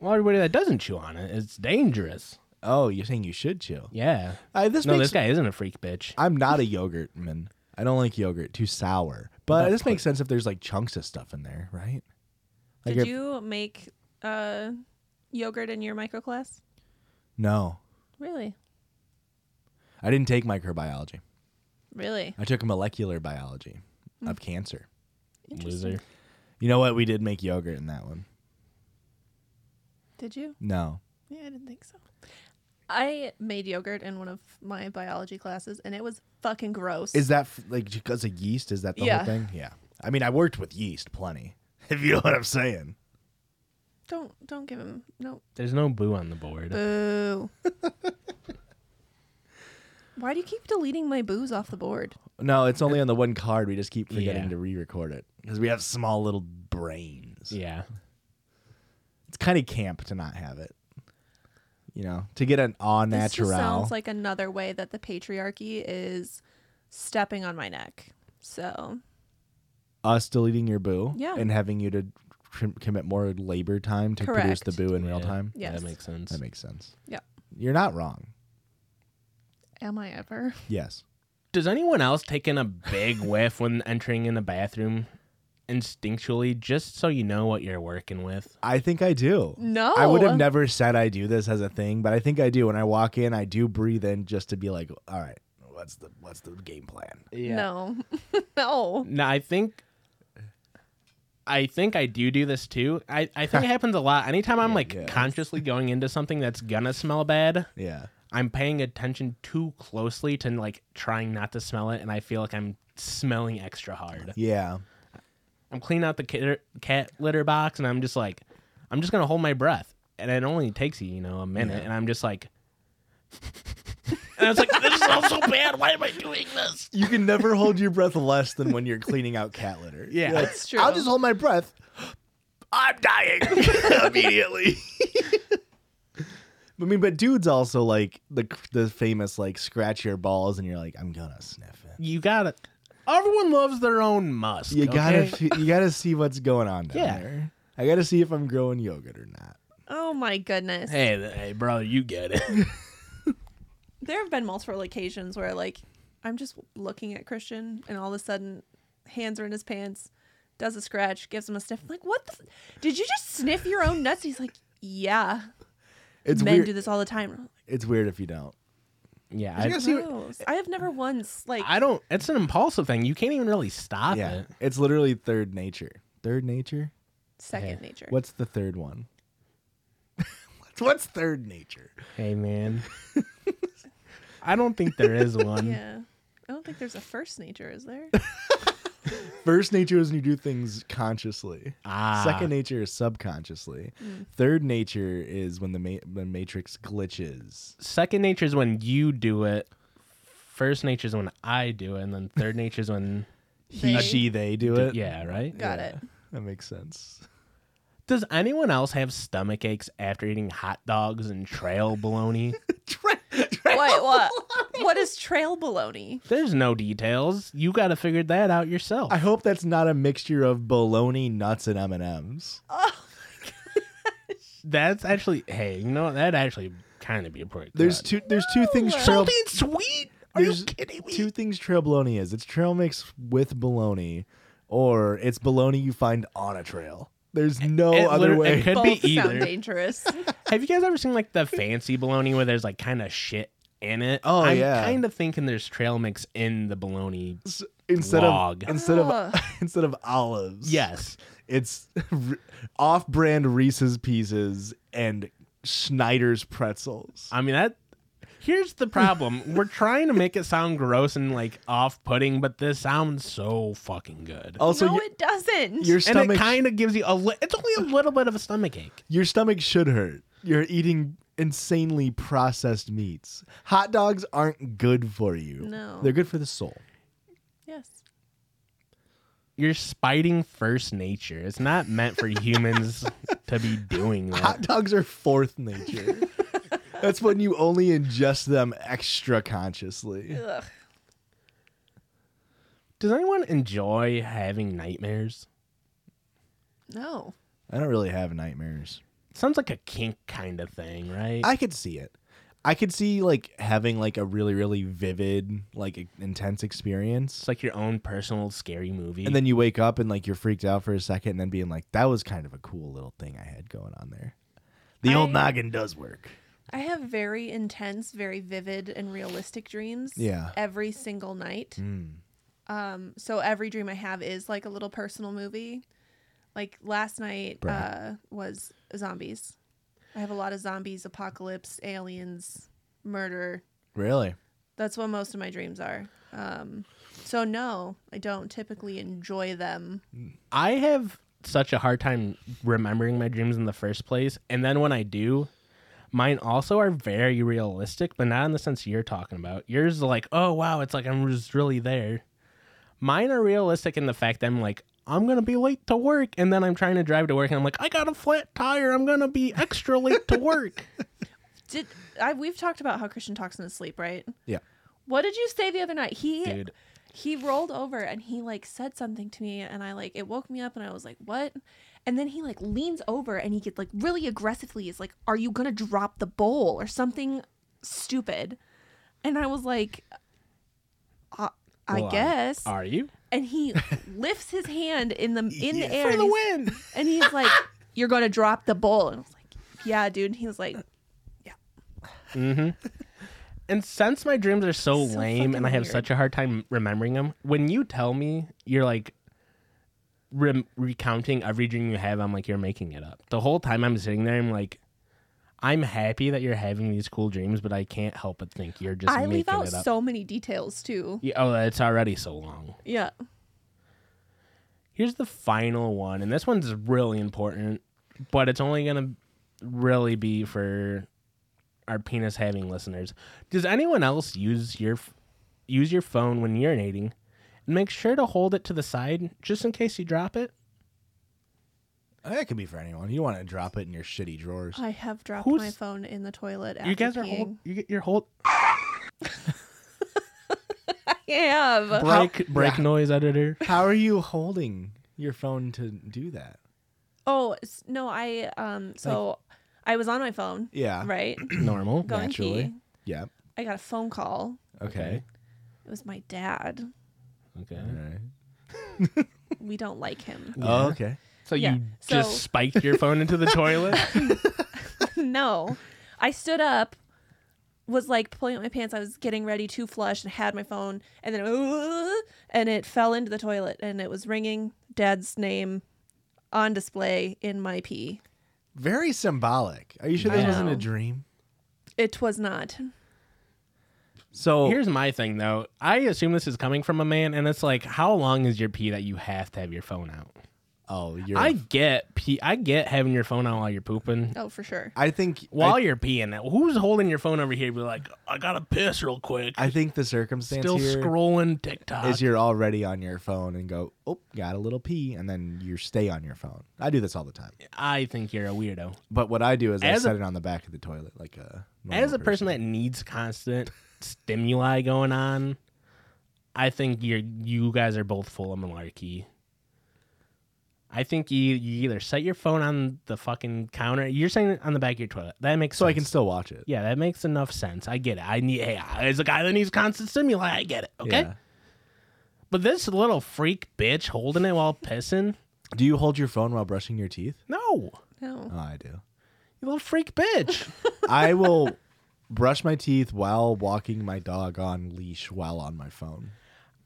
[SPEAKER 3] Well, everybody that doesn't chew on it, it's dangerous.
[SPEAKER 1] Oh, you're saying you should chill.
[SPEAKER 3] Yeah.
[SPEAKER 1] I, this
[SPEAKER 3] no,
[SPEAKER 1] makes.
[SPEAKER 3] this guy isn't a freak bitch.
[SPEAKER 1] I'm not a yogurt man. I don't like yogurt. Too sour. But this makes sense if there's like chunks of stuff in there, right? Like
[SPEAKER 2] Did
[SPEAKER 1] if-
[SPEAKER 2] you make uh, yogurt in your micro class?
[SPEAKER 1] No,
[SPEAKER 2] Really?
[SPEAKER 1] I didn't take microbiology.
[SPEAKER 2] Really?
[SPEAKER 1] I took molecular biology
[SPEAKER 2] Hmm.
[SPEAKER 1] of cancer.
[SPEAKER 3] Loser.
[SPEAKER 1] You know what? We did make yogurt in that one.
[SPEAKER 2] Did you?
[SPEAKER 1] No.
[SPEAKER 2] Yeah, I didn't think so. I made yogurt in one of my biology classes, and it was fucking gross.
[SPEAKER 1] Is that f- like because of yeast? Is that the
[SPEAKER 2] Yeah.
[SPEAKER 1] whole thing? Yeah. I mean, I worked with yeast plenty, *laughs* if you know what I'm saying.
[SPEAKER 2] don't don't give him no
[SPEAKER 3] There's no boo on the board.
[SPEAKER 2] boo. *laughs* Why do you keep deleting my booze off the board?
[SPEAKER 1] No, it's only on the one card. We just keep forgetting
[SPEAKER 3] Yeah.
[SPEAKER 1] to re-record it because we have small little brains.
[SPEAKER 3] Yeah.
[SPEAKER 1] It's kind of camp to not have it. You know, to get an au
[SPEAKER 2] This
[SPEAKER 1] natural.
[SPEAKER 2] just sounds like another way that the patriarchy is stepping on my neck. So
[SPEAKER 1] us deleting your boo
[SPEAKER 2] Yeah.
[SPEAKER 1] and having you to tr- commit more labor time to produce
[SPEAKER 2] Correct.
[SPEAKER 1] the boo in real
[SPEAKER 3] Yeah.
[SPEAKER 1] time.
[SPEAKER 2] Yes.
[SPEAKER 3] That makes sense.
[SPEAKER 1] That makes sense.
[SPEAKER 2] Yeah.
[SPEAKER 1] You're not wrong.
[SPEAKER 2] am I ever?
[SPEAKER 1] Yes.
[SPEAKER 3] Does anyone else take in a big *laughs* whiff when entering in a bathroom instinctually just so you know what you're working with?
[SPEAKER 1] I think I do.
[SPEAKER 2] No.
[SPEAKER 1] I would have never said I do this as a thing, but I think I do. When I walk in, I do breathe in just to be like, all right, what's the what's the game plan?
[SPEAKER 2] No. *laughs* no.
[SPEAKER 3] No, I think I think I do do this too. I,
[SPEAKER 1] *laughs*
[SPEAKER 3] I think it happens a lot. Anytime I'm like
[SPEAKER 1] yeah.
[SPEAKER 3] consciously going into something that's gonna smell bad,
[SPEAKER 1] Yeah.
[SPEAKER 3] I'm paying attention too closely to like trying not to smell it, and I feel like I'm smelling extra hard.
[SPEAKER 1] Yeah.
[SPEAKER 3] I'm cleaning out the kit- cat litter box, and I'm just like, I'm just gonna hold my breath, and it only takes you, you know, a minute, and I'm just like, *laughs* and I was like, this smells so bad. Why am I doing this?
[SPEAKER 1] You can never hold your breath less than when you're cleaning out cat litter.
[SPEAKER 3] Yeah.
[SPEAKER 1] You're like,
[SPEAKER 2] That's true.
[SPEAKER 1] I'll just hold my breath. I'm dying *laughs* immediately. *laughs* I mean, but dudes also like the the famous like scratch your balls and you're like, I'm gonna sniff it.
[SPEAKER 3] You gotta. Everyone loves their own musk.
[SPEAKER 1] You gotta
[SPEAKER 3] okay?
[SPEAKER 1] fe- you gotta see what's going on down
[SPEAKER 3] Yeah.
[SPEAKER 1] there. I gotta see if I'm growing yogurt or not.
[SPEAKER 2] Oh my goodness.
[SPEAKER 3] Hey, th- hey, bro, you
[SPEAKER 1] *laughs*
[SPEAKER 3] get it.
[SPEAKER 2] There have been multiple occasions where like I'm just looking at Christian and all of a sudden hands are in his pants, does a scratch, gives him a sniff. I'm like, what the f- did you just sniff your own nuts? He's like, Yeah.
[SPEAKER 1] It's
[SPEAKER 2] Men
[SPEAKER 1] weird.
[SPEAKER 2] do this all the time.
[SPEAKER 1] It's weird if you don't.
[SPEAKER 3] yeah,
[SPEAKER 1] You
[SPEAKER 3] I,
[SPEAKER 1] gotta see what-
[SPEAKER 2] Gross. I have never once like
[SPEAKER 3] I don't. It's an impulsive thing. You can't even really stop
[SPEAKER 1] yeah,
[SPEAKER 3] it.
[SPEAKER 1] it's literally third nature. Third nature.
[SPEAKER 2] second
[SPEAKER 3] Hey.
[SPEAKER 2] nature.
[SPEAKER 1] What's the third one? *laughs* What's- What's third nature? *laughs*
[SPEAKER 3] Hey, man. I don't think there is one.
[SPEAKER 2] *laughs* Yeah. I don't think there's a first nature, is there?
[SPEAKER 1] First nature is when you do things consciously.
[SPEAKER 3] Ah.
[SPEAKER 1] Second nature is subconsciously.
[SPEAKER 2] Mm.
[SPEAKER 1] Third nature is when the, ma- the matrix glitches.
[SPEAKER 3] second nature is when you do it. First nature is when I do it, and then third nature is *laughs* when
[SPEAKER 1] *laughs* He,
[SPEAKER 2] They-
[SPEAKER 1] she, they do it.
[SPEAKER 3] yeah, right.
[SPEAKER 2] Got
[SPEAKER 1] Yeah, *laughs*
[SPEAKER 2] it.
[SPEAKER 1] That makes sense.
[SPEAKER 3] Does anyone else have stomach aches after eating hot dogs and
[SPEAKER 1] *laughs*
[SPEAKER 3] trail bologna?
[SPEAKER 2] Wait, what? What is trail baloney?
[SPEAKER 3] There's no details. You got to figure that out yourself.
[SPEAKER 1] I hope that's not a mixture of bologna, nuts, and M&Ms.
[SPEAKER 2] Uh,
[SPEAKER 3] That's actually hey, you know what? that actually kind of be a pretty.
[SPEAKER 1] There's two There's two things trail...
[SPEAKER 3] something sweet. Are
[SPEAKER 1] There's
[SPEAKER 3] you kidding me?
[SPEAKER 1] two things trail bologna is. It's trail mix with bologna, or it's bologna you find on a trail. There's no
[SPEAKER 3] It
[SPEAKER 1] other
[SPEAKER 3] liter-
[SPEAKER 1] way.
[SPEAKER 3] It *laughs* could
[SPEAKER 2] Both
[SPEAKER 3] be
[SPEAKER 2] sound
[SPEAKER 3] either.
[SPEAKER 2] dangerous.
[SPEAKER 3] Have you guys ever seen like the fancy bologna where there's like kind of shit in it?
[SPEAKER 1] Oh,
[SPEAKER 3] I'm
[SPEAKER 1] yeah.
[SPEAKER 3] kind of thinking there's trail mix in
[SPEAKER 1] *laughs*
[SPEAKER 3] the bologna.
[SPEAKER 1] S- instead
[SPEAKER 3] Log. Ah.
[SPEAKER 1] of instead
[SPEAKER 2] Ugh.
[SPEAKER 1] of *laughs* instead of olives.
[SPEAKER 3] Yes.
[SPEAKER 1] it's r- off-brand Reese's Pieces and Schneider's pretzels.
[SPEAKER 3] I mean that. Here's
[SPEAKER 1] *laughs*
[SPEAKER 3] the problem: we're trying to make it sound gross and like off-putting, but this sounds so fucking good.
[SPEAKER 1] Also,
[SPEAKER 2] no,
[SPEAKER 1] y-
[SPEAKER 2] it doesn't.
[SPEAKER 1] your
[SPEAKER 3] and it
[SPEAKER 1] Oh, stomach
[SPEAKER 3] kind of gives you a. Li- it's only a little bit of a stomach ache.
[SPEAKER 1] your stomach should hurt. You're eating insanely processed meats. Hot dogs aren't good for you.
[SPEAKER 2] No.
[SPEAKER 1] they're good for the soul.
[SPEAKER 2] yes.
[SPEAKER 3] You're spiting first nature. It's not meant
[SPEAKER 1] *laughs*
[SPEAKER 3] for humans to be doing
[SPEAKER 1] Hot
[SPEAKER 3] that.
[SPEAKER 1] dogs are fourth
[SPEAKER 2] *laughs*
[SPEAKER 1] nature. That's when you only ingest them extra consciously.
[SPEAKER 2] Ugh.
[SPEAKER 3] Does anyone enjoy having nightmares?
[SPEAKER 2] No.
[SPEAKER 1] I don't really have nightmares.
[SPEAKER 3] Sounds like a kink kind of thing, right?
[SPEAKER 1] I could see it. I could see like having like a really really vivid like e- intense experience,
[SPEAKER 3] it's like your own personal scary movie.
[SPEAKER 1] and then you wake up and like you're freaked out for a second, and then being like, "That was kind of a cool little thing I had going on there." The old
[SPEAKER 2] I-
[SPEAKER 1] noggin does work.
[SPEAKER 2] I have very intense, very vivid, and realistic dreams.
[SPEAKER 1] Yeah.
[SPEAKER 2] Every single night. Um, so every dream I have is like a little personal movie. Like last night uh,
[SPEAKER 1] Brad.
[SPEAKER 2] was zombies. I have a lot of zombies, apocalypse, aliens, murder.
[SPEAKER 1] Really?
[SPEAKER 2] That's what most of my dreams are. Um, so no, I don't typically enjoy them.
[SPEAKER 3] I have such a hard time remembering my dreams in the first place, and then when I do, Mine also are very realistic, but not in the sense you're talking about. Yours is like, oh wow, it's like I'm just really there. Mine are realistic in the fact that I'm like, I'm gonna be late to work, and then I'm trying to drive to work, and I'm like, I got a flat tire. I'm gonna be extra late to work.
[SPEAKER 2] Did I? We've talked about how Christian talks in his sleep, right?
[SPEAKER 1] Yeah.
[SPEAKER 2] What did you say the other night? He
[SPEAKER 3] Dude.
[SPEAKER 2] he rolled over and he like said something to me and I like it woke me up and I was like, "What?" And then he like leans over and he gets like really aggressively is like, "Are you going to drop the bowl or something stupid?" And I was like, "Uh, I
[SPEAKER 3] Well,
[SPEAKER 2] guess."
[SPEAKER 3] *laughs* Are you
[SPEAKER 2] and
[SPEAKER 3] *laughs*
[SPEAKER 2] he lifts his hand in the in
[SPEAKER 1] Yeah.
[SPEAKER 2] the air
[SPEAKER 3] for
[SPEAKER 2] and
[SPEAKER 3] the
[SPEAKER 2] he's-
[SPEAKER 3] win?
[SPEAKER 2] and he's like, "You're going to drop the bowl." And I was like, "Yeah, dude." And he was like,
[SPEAKER 3] And since my dreams are so,
[SPEAKER 2] So
[SPEAKER 3] lame
[SPEAKER 2] fucking
[SPEAKER 3] and I have
[SPEAKER 2] weird.
[SPEAKER 3] such a hard time remembering them, when you tell me you're like rem- recounting every dream you have, I'm like, you're making it up. The whole time I'm sitting there, I'm like, I'm happy that you're having these cool dreams, but I can't help but think you're just
[SPEAKER 2] "I
[SPEAKER 3] making
[SPEAKER 2] leave out
[SPEAKER 3] it up.
[SPEAKER 2] so many details too."
[SPEAKER 3] Yeah, oh, it's already so long.
[SPEAKER 2] Yeah.
[SPEAKER 3] Here's the final one, and this one's really important, but it's only gonna really be for our penis having listeners. Does anyone else use your f- use your phone when urinating? And make sure to hold it to the side just in case you drop it.
[SPEAKER 1] That could be for anyone. You want to drop it in your shitty drawers.
[SPEAKER 2] I have dropped my
[SPEAKER 3] Who's-
[SPEAKER 2] phone in the toilet. After
[SPEAKER 3] you guys are
[SPEAKER 2] peeing.
[SPEAKER 3] hold you get your hold
[SPEAKER 2] I have.
[SPEAKER 3] break break
[SPEAKER 1] yeah.
[SPEAKER 2] *coughs*
[SPEAKER 3] noise editor.
[SPEAKER 1] How
[SPEAKER 2] *laughs*
[SPEAKER 1] are you holding your phone to do that?
[SPEAKER 2] Oh s- no, I um. So I was on my phone.
[SPEAKER 1] Yeah.
[SPEAKER 3] *clears throat*
[SPEAKER 2] Right.
[SPEAKER 3] Normal.
[SPEAKER 2] Going
[SPEAKER 1] Naturally.
[SPEAKER 2] pee.
[SPEAKER 1] Yep.
[SPEAKER 2] I got a phone call.
[SPEAKER 1] Okay.
[SPEAKER 2] It was my dad.
[SPEAKER 3] Okay.
[SPEAKER 2] Uh-huh.
[SPEAKER 1] right.
[SPEAKER 2] We don't like him.
[SPEAKER 3] *laughs*
[SPEAKER 2] *laughs*
[SPEAKER 1] Oh, okay.
[SPEAKER 3] Uh, So
[SPEAKER 2] Yeah,
[SPEAKER 3] you
[SPEAKER 2] so-
[SPEAKER 3] just spiked your phone *laughs* into the toilet?
[SPEAKER 2] no, I stood up. Was like pulling up my pants. I was getting ready to flush and had my phone, and then it, and it fell into the toilet, and it was ringing Dad's name on display in my pee.
[SPEAKER 1] Very symbolic. Are you sure this
[SPEAKER 3] Yeah.
[SPEAKER 1] wasn't a dream?
[SPEAKER 2] It was not.
[SPEAKER 1] So
[SPEAKER 3] Here's my thing though. I assume this is coming from a man, and it's like, how long is your pee that you have to have your phone out?
[SPEAKER 1] oh, you're.
[SPEAKER 3] I
[SPEAKER 1] I
[SPEAKER 3] get pee. I get having your phone out while you're pooping.
[SPEAKER 2] Oh, for sure.
[SPEAKER 1] I think
[SPEAKER 3] While you're peeing, who's holding your phone over here? Be like, I gotta piss real quick.
[SPEAKER 1] I think the circumstance
[SPEAKER 3] Still
[SPEAKER 1] here
[SPEAKER 3] scrolling TikTok.
[SPEAKER 1] is you're already on your phone and go, oh, got a little pee, and then you stay on your phone. I do this all the time.
[SPEAKER 3] I think you're a weirdo.
[SPEAKER 1] But what I do is
[SPEAKER 3] As a-
[SPEAKER 1] I set it on the back of the toilet like a. normal
[SPEAKER 3] As a person that needs constant stimuli going on, I think you're you guys are both full of malarkey. I think you you either set your phone on the fucking counter. You're saying on the back of your toilet. That makes
[SPEAKER 1] so I
[SPEAKER 3] sense.
[SPEAKER 1] can still watch it.
[SPEAKER 3] Yeah, that makes enough sense. I get it. I need. Hey, I- as a guy that needs constant stimuli, I get it. Okay.
[SPEAKER 1] Yeah.
[SPEAKER 3] But this little freak bitch holding it while pissing?
[SPEAKER 1] Do you hold your phone while brushing your teeth?
[SPEAKER 3] No.
[SPEAKER 2] No.
[SPEAKER 1] Oh, I do.
[SPEAKER 3] You little
[SPEAKER 1] *laughs*
[SPEAKER 3] freak bitch.
[SPEAKER 1] I
[SPEAKER 3] *laughs*
[SPEAKER 1] will brush my teeth while walking my dog on leash while on my phone.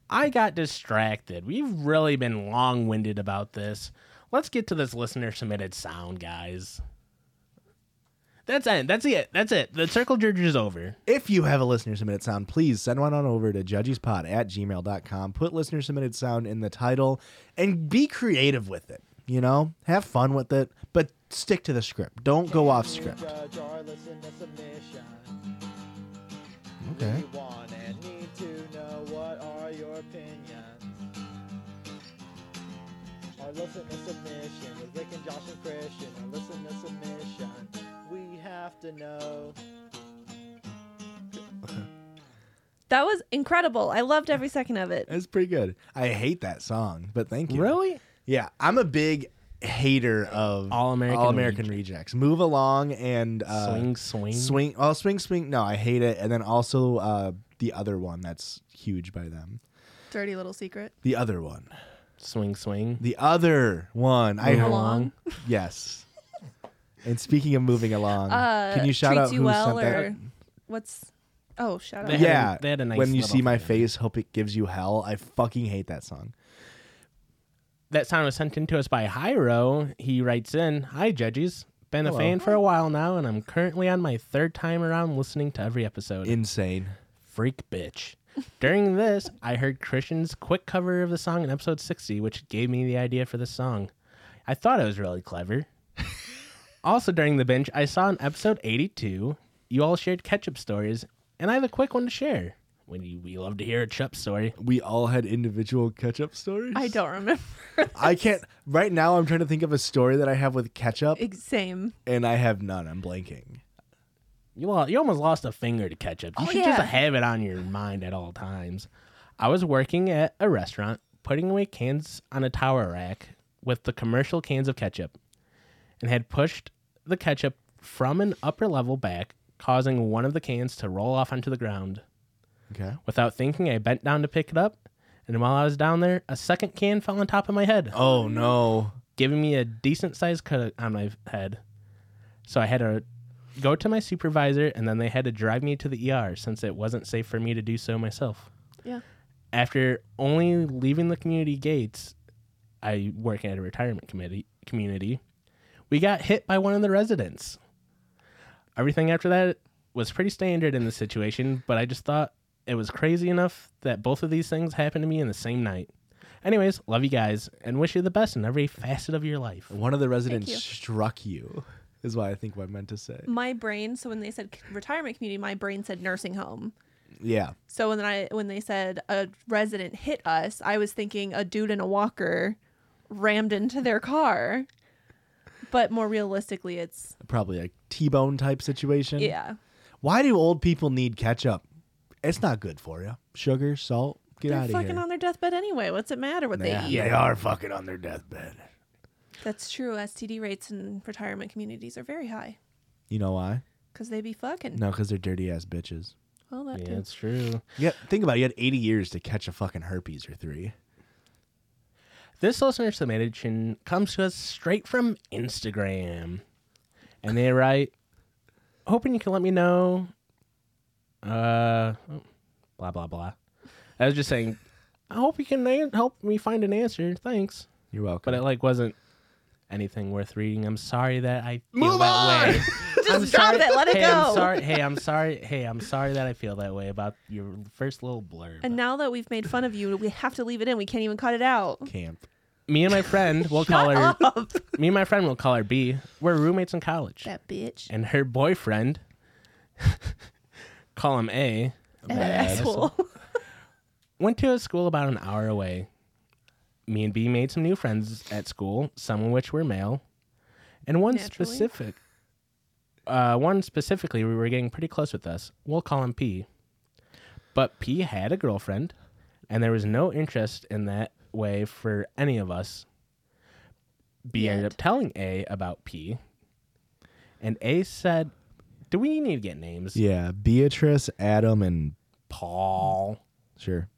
[SPEAKER 3] I got distracted. We've really been long winded about this. Let's get to this listener submitted sound, guys. That's it. That's it. That's it. The circle jerk is over.
[SPEAKER 1] If you have a listener submitted sound, please send one on over to judgespod at gmail.com. Put listener submitted sound in the title and be creative with it. You know, have fun with it, but stick to the script. Don't go off script.
[SPEAKER 6] Judge or listen to submission.
[SPEAKER 1] Okay.
[SPEAKER 6] We want and need to know what are your opinions. Or listen to submission with Rick and Josh and Christian. Or listen to submission. We have to know.
[SPEAKER 2] That was incredible. I loved every second of it.
[SPEAKER 1] That's pretty good. I hate that song, but thank you.
[SPEAKER 3] Really?
[SPEAKER 1] Yeah, I'm a big hater of
[SPEAKER 3] All American
[SPEAKER 1] All American Rejects. Move along and uh,
[SPEAKER 3] swing, swing.
[SPEAKER 1] swing. Oh, swing, swing. No, I hate it. And then also uh, the other one that's huge by them.
[SPEAKER 2] Dirty little secret.
[SPEAKER 1] The other one.
[SPEAKER 3] Swing, swing.
[SPEAKER 1] The other one. I
[SPEAKER 3] Move
[SPEAKER 2] along.
[SPEAKER 1] Yes. And speaking of moving along,
[SPEAKER 2] Uh,
[SPEAKER 1] can you shout
[SPEAKER 2] treats
[SPEAKER 1] out
[SPEAKER 2] you
[SPEAKER 1] who
[SPEAKER 2] well
[SPEAKER 1] sent that?
[SPEAKER 2] or what's? Oh, shout
[SPEAKER 3] They
[SPEAKER 2] out.
[SPEAKER 3] had a-
[SPEAKER 1] yeah,
[SPEAKER 3] they had a nice
[SPEAKER 1] when you
[SPEAKER 3] little
[SPEAKER 1] see my
[SPEAKER 3] thing.
[SPEAKER 1] face, hope it gives you hell. I fucking hate that song.
[SPEAKER 3] that sound was sent in to us by Hyro. He writes in, Hi, judges. Been a
[SPEAKER 1] Hello.
[SPEAKER 3] fan for a while now, and I'm currently on my third time around listening to every episode.
[SPEAKER 1] Insane.
[SPEAKER 3] Freak bitch. During this, I heard Christian's quick cover of the song in episode 60, which gave me the idea for this song. I thought it was really clever. Also, during the binge, I saw in episode 82, you all shared ketchup stories, and I have a quick one to share. We, we love to hear a chup story.
[SPEAKER 1] We all had individual ketchup stories.
[SPEAKER 2] I don't remember. *laughs*
[SPEAKER 1] I can't. Right now, I'm trying to think of a story that I have with ketchup,
[SPEAKER 2] Ex- Same.
[SPEAKER 1] and I have none. I'm blanking.
[SPEAKER 3] You, lo- you almost lost a finger to ketchup. You
[SPEAKER 2] Oh,
[SPEAKER 3] should
[SPEAKER 2] yeah.
[SPEAKER 3] just have it on your mind at all times. I was working at a restaurant, putting away cans on a tower rack with the commercial cans of ketchup, and had pushed the ketchup from an upper level back, causing one of the cans to roll off onto the ground.
[SPEAKER 1] Okay.
[SPEAKER 3] Without thinking, I bent down to pick it up, and while I was down there, a second can fell on top of my head,
[SPEAKER 1] Oh no.
[SPEAKER 3] giving me a decent sized cut on my head. So I had to go to my supervisor, and then they had to drive me to the ER since it wasn't safe for me to do so myself.
[SPEAKER 2] Yeah.
[SPEAKER 3] After only leaving the community gates, I work at a retirement committee community. We got hit by one of the residents. Everything after that was pretty standard in the situation, but I just thought it was crazy enough that both of these things happened to me in the same night. Anyways, love you guys and wish you the best in every facet of your life.
[SPEAKER 1] One of the residents
[SPEAKER 2] you.
[SPEAKER 1] struck you. Is what I think what I meant to say.
[SPEAKER 2] My brain. So when they said c- retirement community, my brain said nursing home.
[SPEAKER 1] Yeah.
[SPEAKER 2] So when I when they said a resident hit us, I was thinking a dude in a walker rammed into their car. But more realistically, it's
[SPEAKER 1] Probably a T-bone type situation.
[SPEAKER 2] yeah.
[SPEAKER 1] Why do old people need ketchup? It's not good for you. Sugar, salt. Get
[SPEAKER 2] They're
[SPEAKER 1] out of
[SPEAKER 2] fucking
[SPEAKER 1] here.
[SPEAKER 2] on their deathbed anyway. What's it matter what they eat?
[SPEAKER 1] they are fucking on their deathbed.
[SPEAKER 2] That's true. STD rates in retirement communities are very high
[SPEAKER 1] You know why?
[SPEAKER 2] because they be fucking.
[SPEAKER 1] No, because they're dirty ass bitches.
[SPEAKER 2] Well, that *laughs*
[SPEAKER 3] Yeah,
[SPEAKER 2] too.
[SPEAKER 3] it's true.
[SPEAKER 1] Yeah, think about it. You had 80 years to catch a fucking herpes or three.
[SPEAKER 3] This listener submission comes to us straight from Instagram. And they write, hoping you can let me know. Uh, oh, blah, blah, blah. I was just saying, I hope you can an- help me find an answer. Thanks.
[SPEAKER 1] You're welcome.
[SPEAKER 3] But it like wasn't anything worth reading. I'm sorry that I feel
[SPEAKER 1] Move
[SPEAKER 3] that
[SPEAKER 1] on!
[SPEAKER 3] way.
[SPEAKER 2] Just
[SPEAKER 3] I'm
[SPEAKER 2] drop
[SPEAKER 3] sorry-
[SPEAKER 2] it. *laughs* Let it
[SPEAKER 3] hey,
[SPEAKER 2] go.
[SPEAKER 3] I'm sorry. Hey, I'm sorry. Hey, I'm sorry that I feel that way about your first little blurb.
[SPEAKER 2] And now that we've made fun of you, we have to leave it in. We can't even cut it out.
[SPEAKER 1] Camp.
[SPEAKER 3] me and my friend,
[SPEAKER 2] *laughs*
[SPEAKER 3] we'll call her.
[SPEAKER 2] Up.
[SPEAKER 3] *laughs* Me and my friend, we'll call her B. We're roommates in college.
[SPEAKER 2] that bitch.
[SPEAKER 3] and her boyfriend, *laughs* call him A,
[SPEAKER 2] That asshole. *laughs*
[SPEAKER 3] went to a school about an hour away. Me and B made some new friends at school, some of which were male, and one
[SPEAKER 2] Naturally.
[SPEAKER 3] specific, uh, one specifically we were getting pretty close with us. We'll call him P. But P had a girlfriend, and there was no interest in that way for any of us. B ended
[SPEAKER 2] Yet.
[SPEAKER 3] up telling A about P, and A said, "Do we need to get names?
[SPEAKER 1] Yeah, Beatrice, Adam, and
[SPEAKER 3] Paul."
[SPEAKER 1] sure.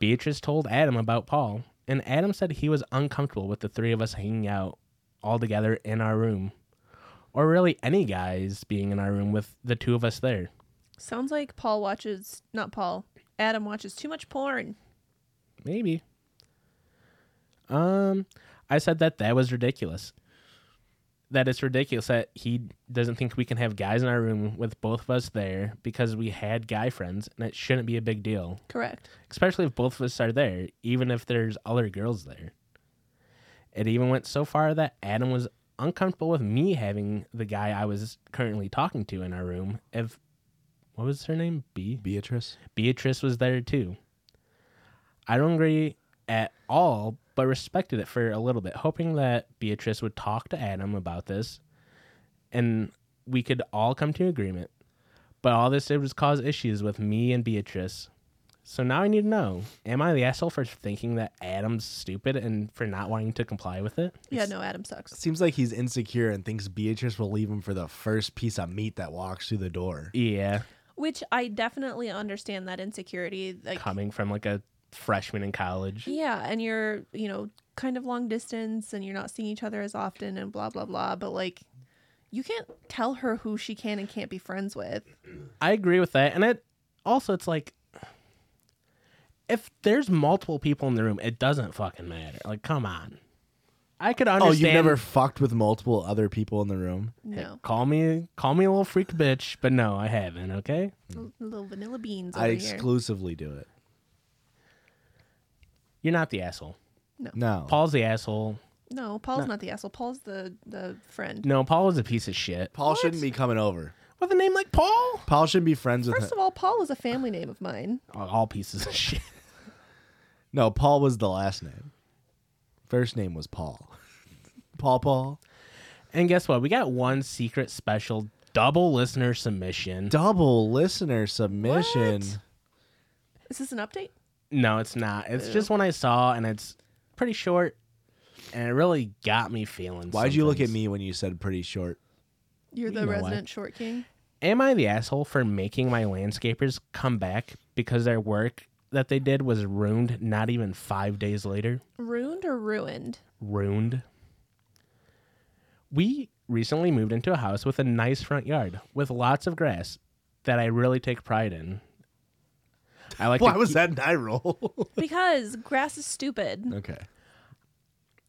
[SPEAKER 3] Beatrice told Adam about Paul, and Adam said he was uncomfortable with the three of us hanging out all together in our room, or really any guys being in our room with the two of us there.
[SPEAKER 2] Sounds like Paul watches, not Paul, Adam watches too much porn.
[SPEAKER 3] Maybe. Um, I said that that was ridiculous. That it's ridiculous that he doesn't think we can have guys in our room with both of us there because we had guy friends, and it shouldn't be a big deal.
[SPEAKER 2] Correct.
[SPEAKER 3] especially if both of us are there, even if there's other girls there. It even went so far that Adam was uncomfortable with me having the guy I was currently talking to in our room. If what was her name? B.
[SPEAKER 1] Beatrice.
[SPEAKER 3] Beatrice was there too. I don't agree at all, but respected it for a little bit, hoping that Beatrice would talk to Adam about this and we could all come to agreement. But all this did was cause issues with me and Beatrice. So now I need to know am I the asshole for thinking that Adam's stupid and for not wanting to comply with it?
[SPEAKER 2] Yeah, no, Adam sucks.
[SPEAKER 1] Seems like he's insecure and thinks Beatrice will leave him for the first piece of meat that walks through the door.
[SPEAKER 3] Yeah,
[SPEAKER 2] Which I definitely understand that insecurity. Like,
[SPEAKER 3] coming from like a freshman in college.
[SPEAKER 2] yeah, and you're, you know, kind of long distance and you're not seeing each other as often and blah, blah, blah. But like, you can't tell her who she can and can't be friends with.
[SPEAKER 3] I agree with that, and it also it's like if there's multiple people in the room, it doesn't fucking matter. Like, come on, I could
[SPEAKER 1] Oh,
[SPEAKER 3] understand.
[SPEAKER 1] you've never fucked with multiple other people in the room?
[SPEAKER 2] No.
[SPEAKER 3] call me call me a little freak bitch, but no, I haven't. Okay,
[SPEAKER 2] L- Little vanilla beans over
[SPEAKER 1] I
[SPEAKER 2] here.
[SPEAKER 1] exclusively do it.
[SPEAKER 3] you're not the asshole.
[SPEAKER 1] No.
[SPEAKER 3] Paul's the asshole.
[SPEAKER 2] No, Paul's not the asshole. Paul's the the friend.
[SPEAKER 3] No, Paul is a piece of shit.
[SPEAKER 1] Paul shouldn't be coming over.
[SPEAKER 3] With a name like Paul?
[SPEAKER 1] Paul shouldn't be friends with
[SPEAKER 2] First
[SPEAKER 1] him.
[SPEAKER 2] of all, Paul is a family name of mine.
[SPEAKER 3] All pieces of *laughs* shit.
[SPEAKER 1] No, Paul was the last name. First name was Paul. *laughs* Paul Paul.
[SPEAKER 3] And guess what? We got one secret special double listener submission.
[SPEAKER 1] Double listener submission.
[SPEAKER 2] What? Is this an update?
[SPEAKER 3] No, it's not. It's just one I saw, and it's pretty short, and it really got me feeling.
[SPEAKER 1] Why'd
[SPEAKER 3] some
[SPEAKER 1] you look at
[SPEAKER 3] things.
[SPEAKER 1] me when you said pretty short?
[SPEAKER 2] You're the
[SPEAKER 3] know what?
[SPEAKER 2] resident short king.
[SPEAKER 3] Am I the asshole for making my landscapers come back because their work that they did was ruined? Not even five days later,
[SPEAKER 2] Ruined or ruined?
[SPEAKER 3] ruined. We recently moved into a house with a nice front yard with lots of grass that I really take pride in. I
[SPEAKER 1] *laughs*
[SPEAKER 3] like.
[SPEAKER 1] Why
[SPEAKER 3] to
[SPEAKER 1] was
[SPEAKER 3] keep-
[SPEAKER 1] that an eye roll?
[SPEAKER 2] Because *laughs* grass is stupid.
[SPEAKER 1] okay.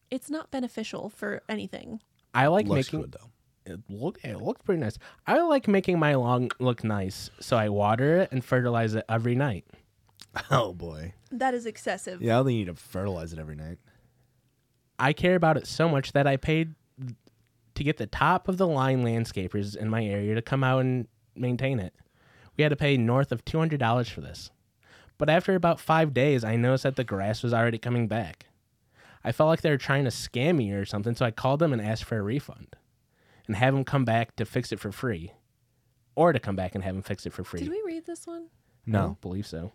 [SPEAKER 2] It's not beneficial for anything.
[SPEAKER 3] I like
[SPEAKER 1] Looks
[SPEAKER 3] making.
[SPEAKER 1] good though.
[SPEAKER 3] it look it looked pretty nice. I like making my lawn look nice, so I water it and fertilize it every night.
[SPEAKER 1] Oh boy.
[SPEAKER 2] That is excessive.
[SPEAKER 1] Yeah, I don't think you need to fertilize it every night.
[SPEAKER 3] I care about it so much that I paid to get the top of the line landscapers in my area to come out and maintain it. We had to pay north of two hundred dollars for this. But after about five days I noticed that the grass was already coming back. I felt like they were trying to scam me or something, so I called them and asked for a refund. And have them come back to fix it for free. Or to come back and have them fix it for free.
[SPEAKER 2] Did we read this one?
[SPEAKER 3] I don't believe so.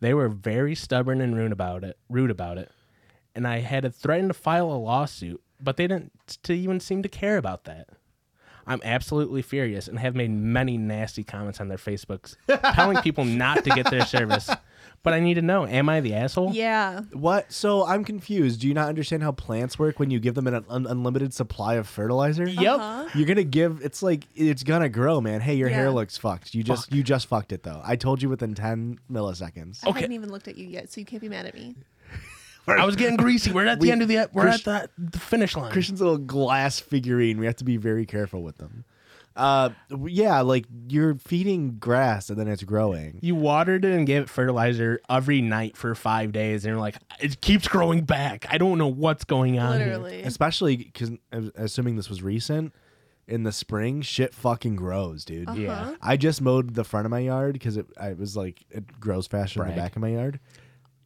[SPEAKER 3] They were very stubborn and rude about it. Rude about it, and I had to threaten to file a lawsuit, but they didn't s- to even seem to care about that. I'm absolutely furious and have made many nasty comments on
[SPEAKER 1] *laughs*
[SPEAKER 3] their Facebooks telling people not to get their service. But I need to know: Am I the asshole?
[SPEAKER 2] Yeah.
[SPEAKER 1] What? So I'm confused. Do you not understand how plants work when you give them an un- unlimited supply of fertilizer?
[SPEAKER 3] Yep.
[SPEAKER 2] uh-huh.
[SPEAKER 1] You're gonna give. It's like it's gonna grow, man. Hey, your hair
[SPEAKER 2] Yeah.
[SPEAKER 1] looks fucked. You just you just fucked it though. I told you within ten milliseconds.
[SPEAKER 2] I
[SPEAKER 3] Okay.
[SPEAKER 2] haven't even looked at you yet, so you can't be mad at me.
[SPEAKER 3] I was getting greasy. We're at the
[SPEAKER 1] We-
[SPEAKER 3] end of the. We're
[SPEAKER 1] Chris-
[SPEAKER 3] at the, the finish line.
[SPEAKER 1] Christian's little glass figurine. We have to be very careful with them. Uh, yeah, like you're feeding grass and then it's growing.
[SPEAKER 3] you watered it and gave it fertilizer every night for five days, and you're like, it keeps growing back. I don't know what's going on. here."
[SPEAKER 2] Literally.
[SPEAKER 1] Especially because assuming this was recent, in the spring, shit fucking grows, dude.
[SPEAKER 3] Yeah.
[SPEAKER 1] I just mowed the front of my yard because it I was like it grows faster than the
[SPEAKER 3] Brag.
[SPEAKER 1] back of my yard,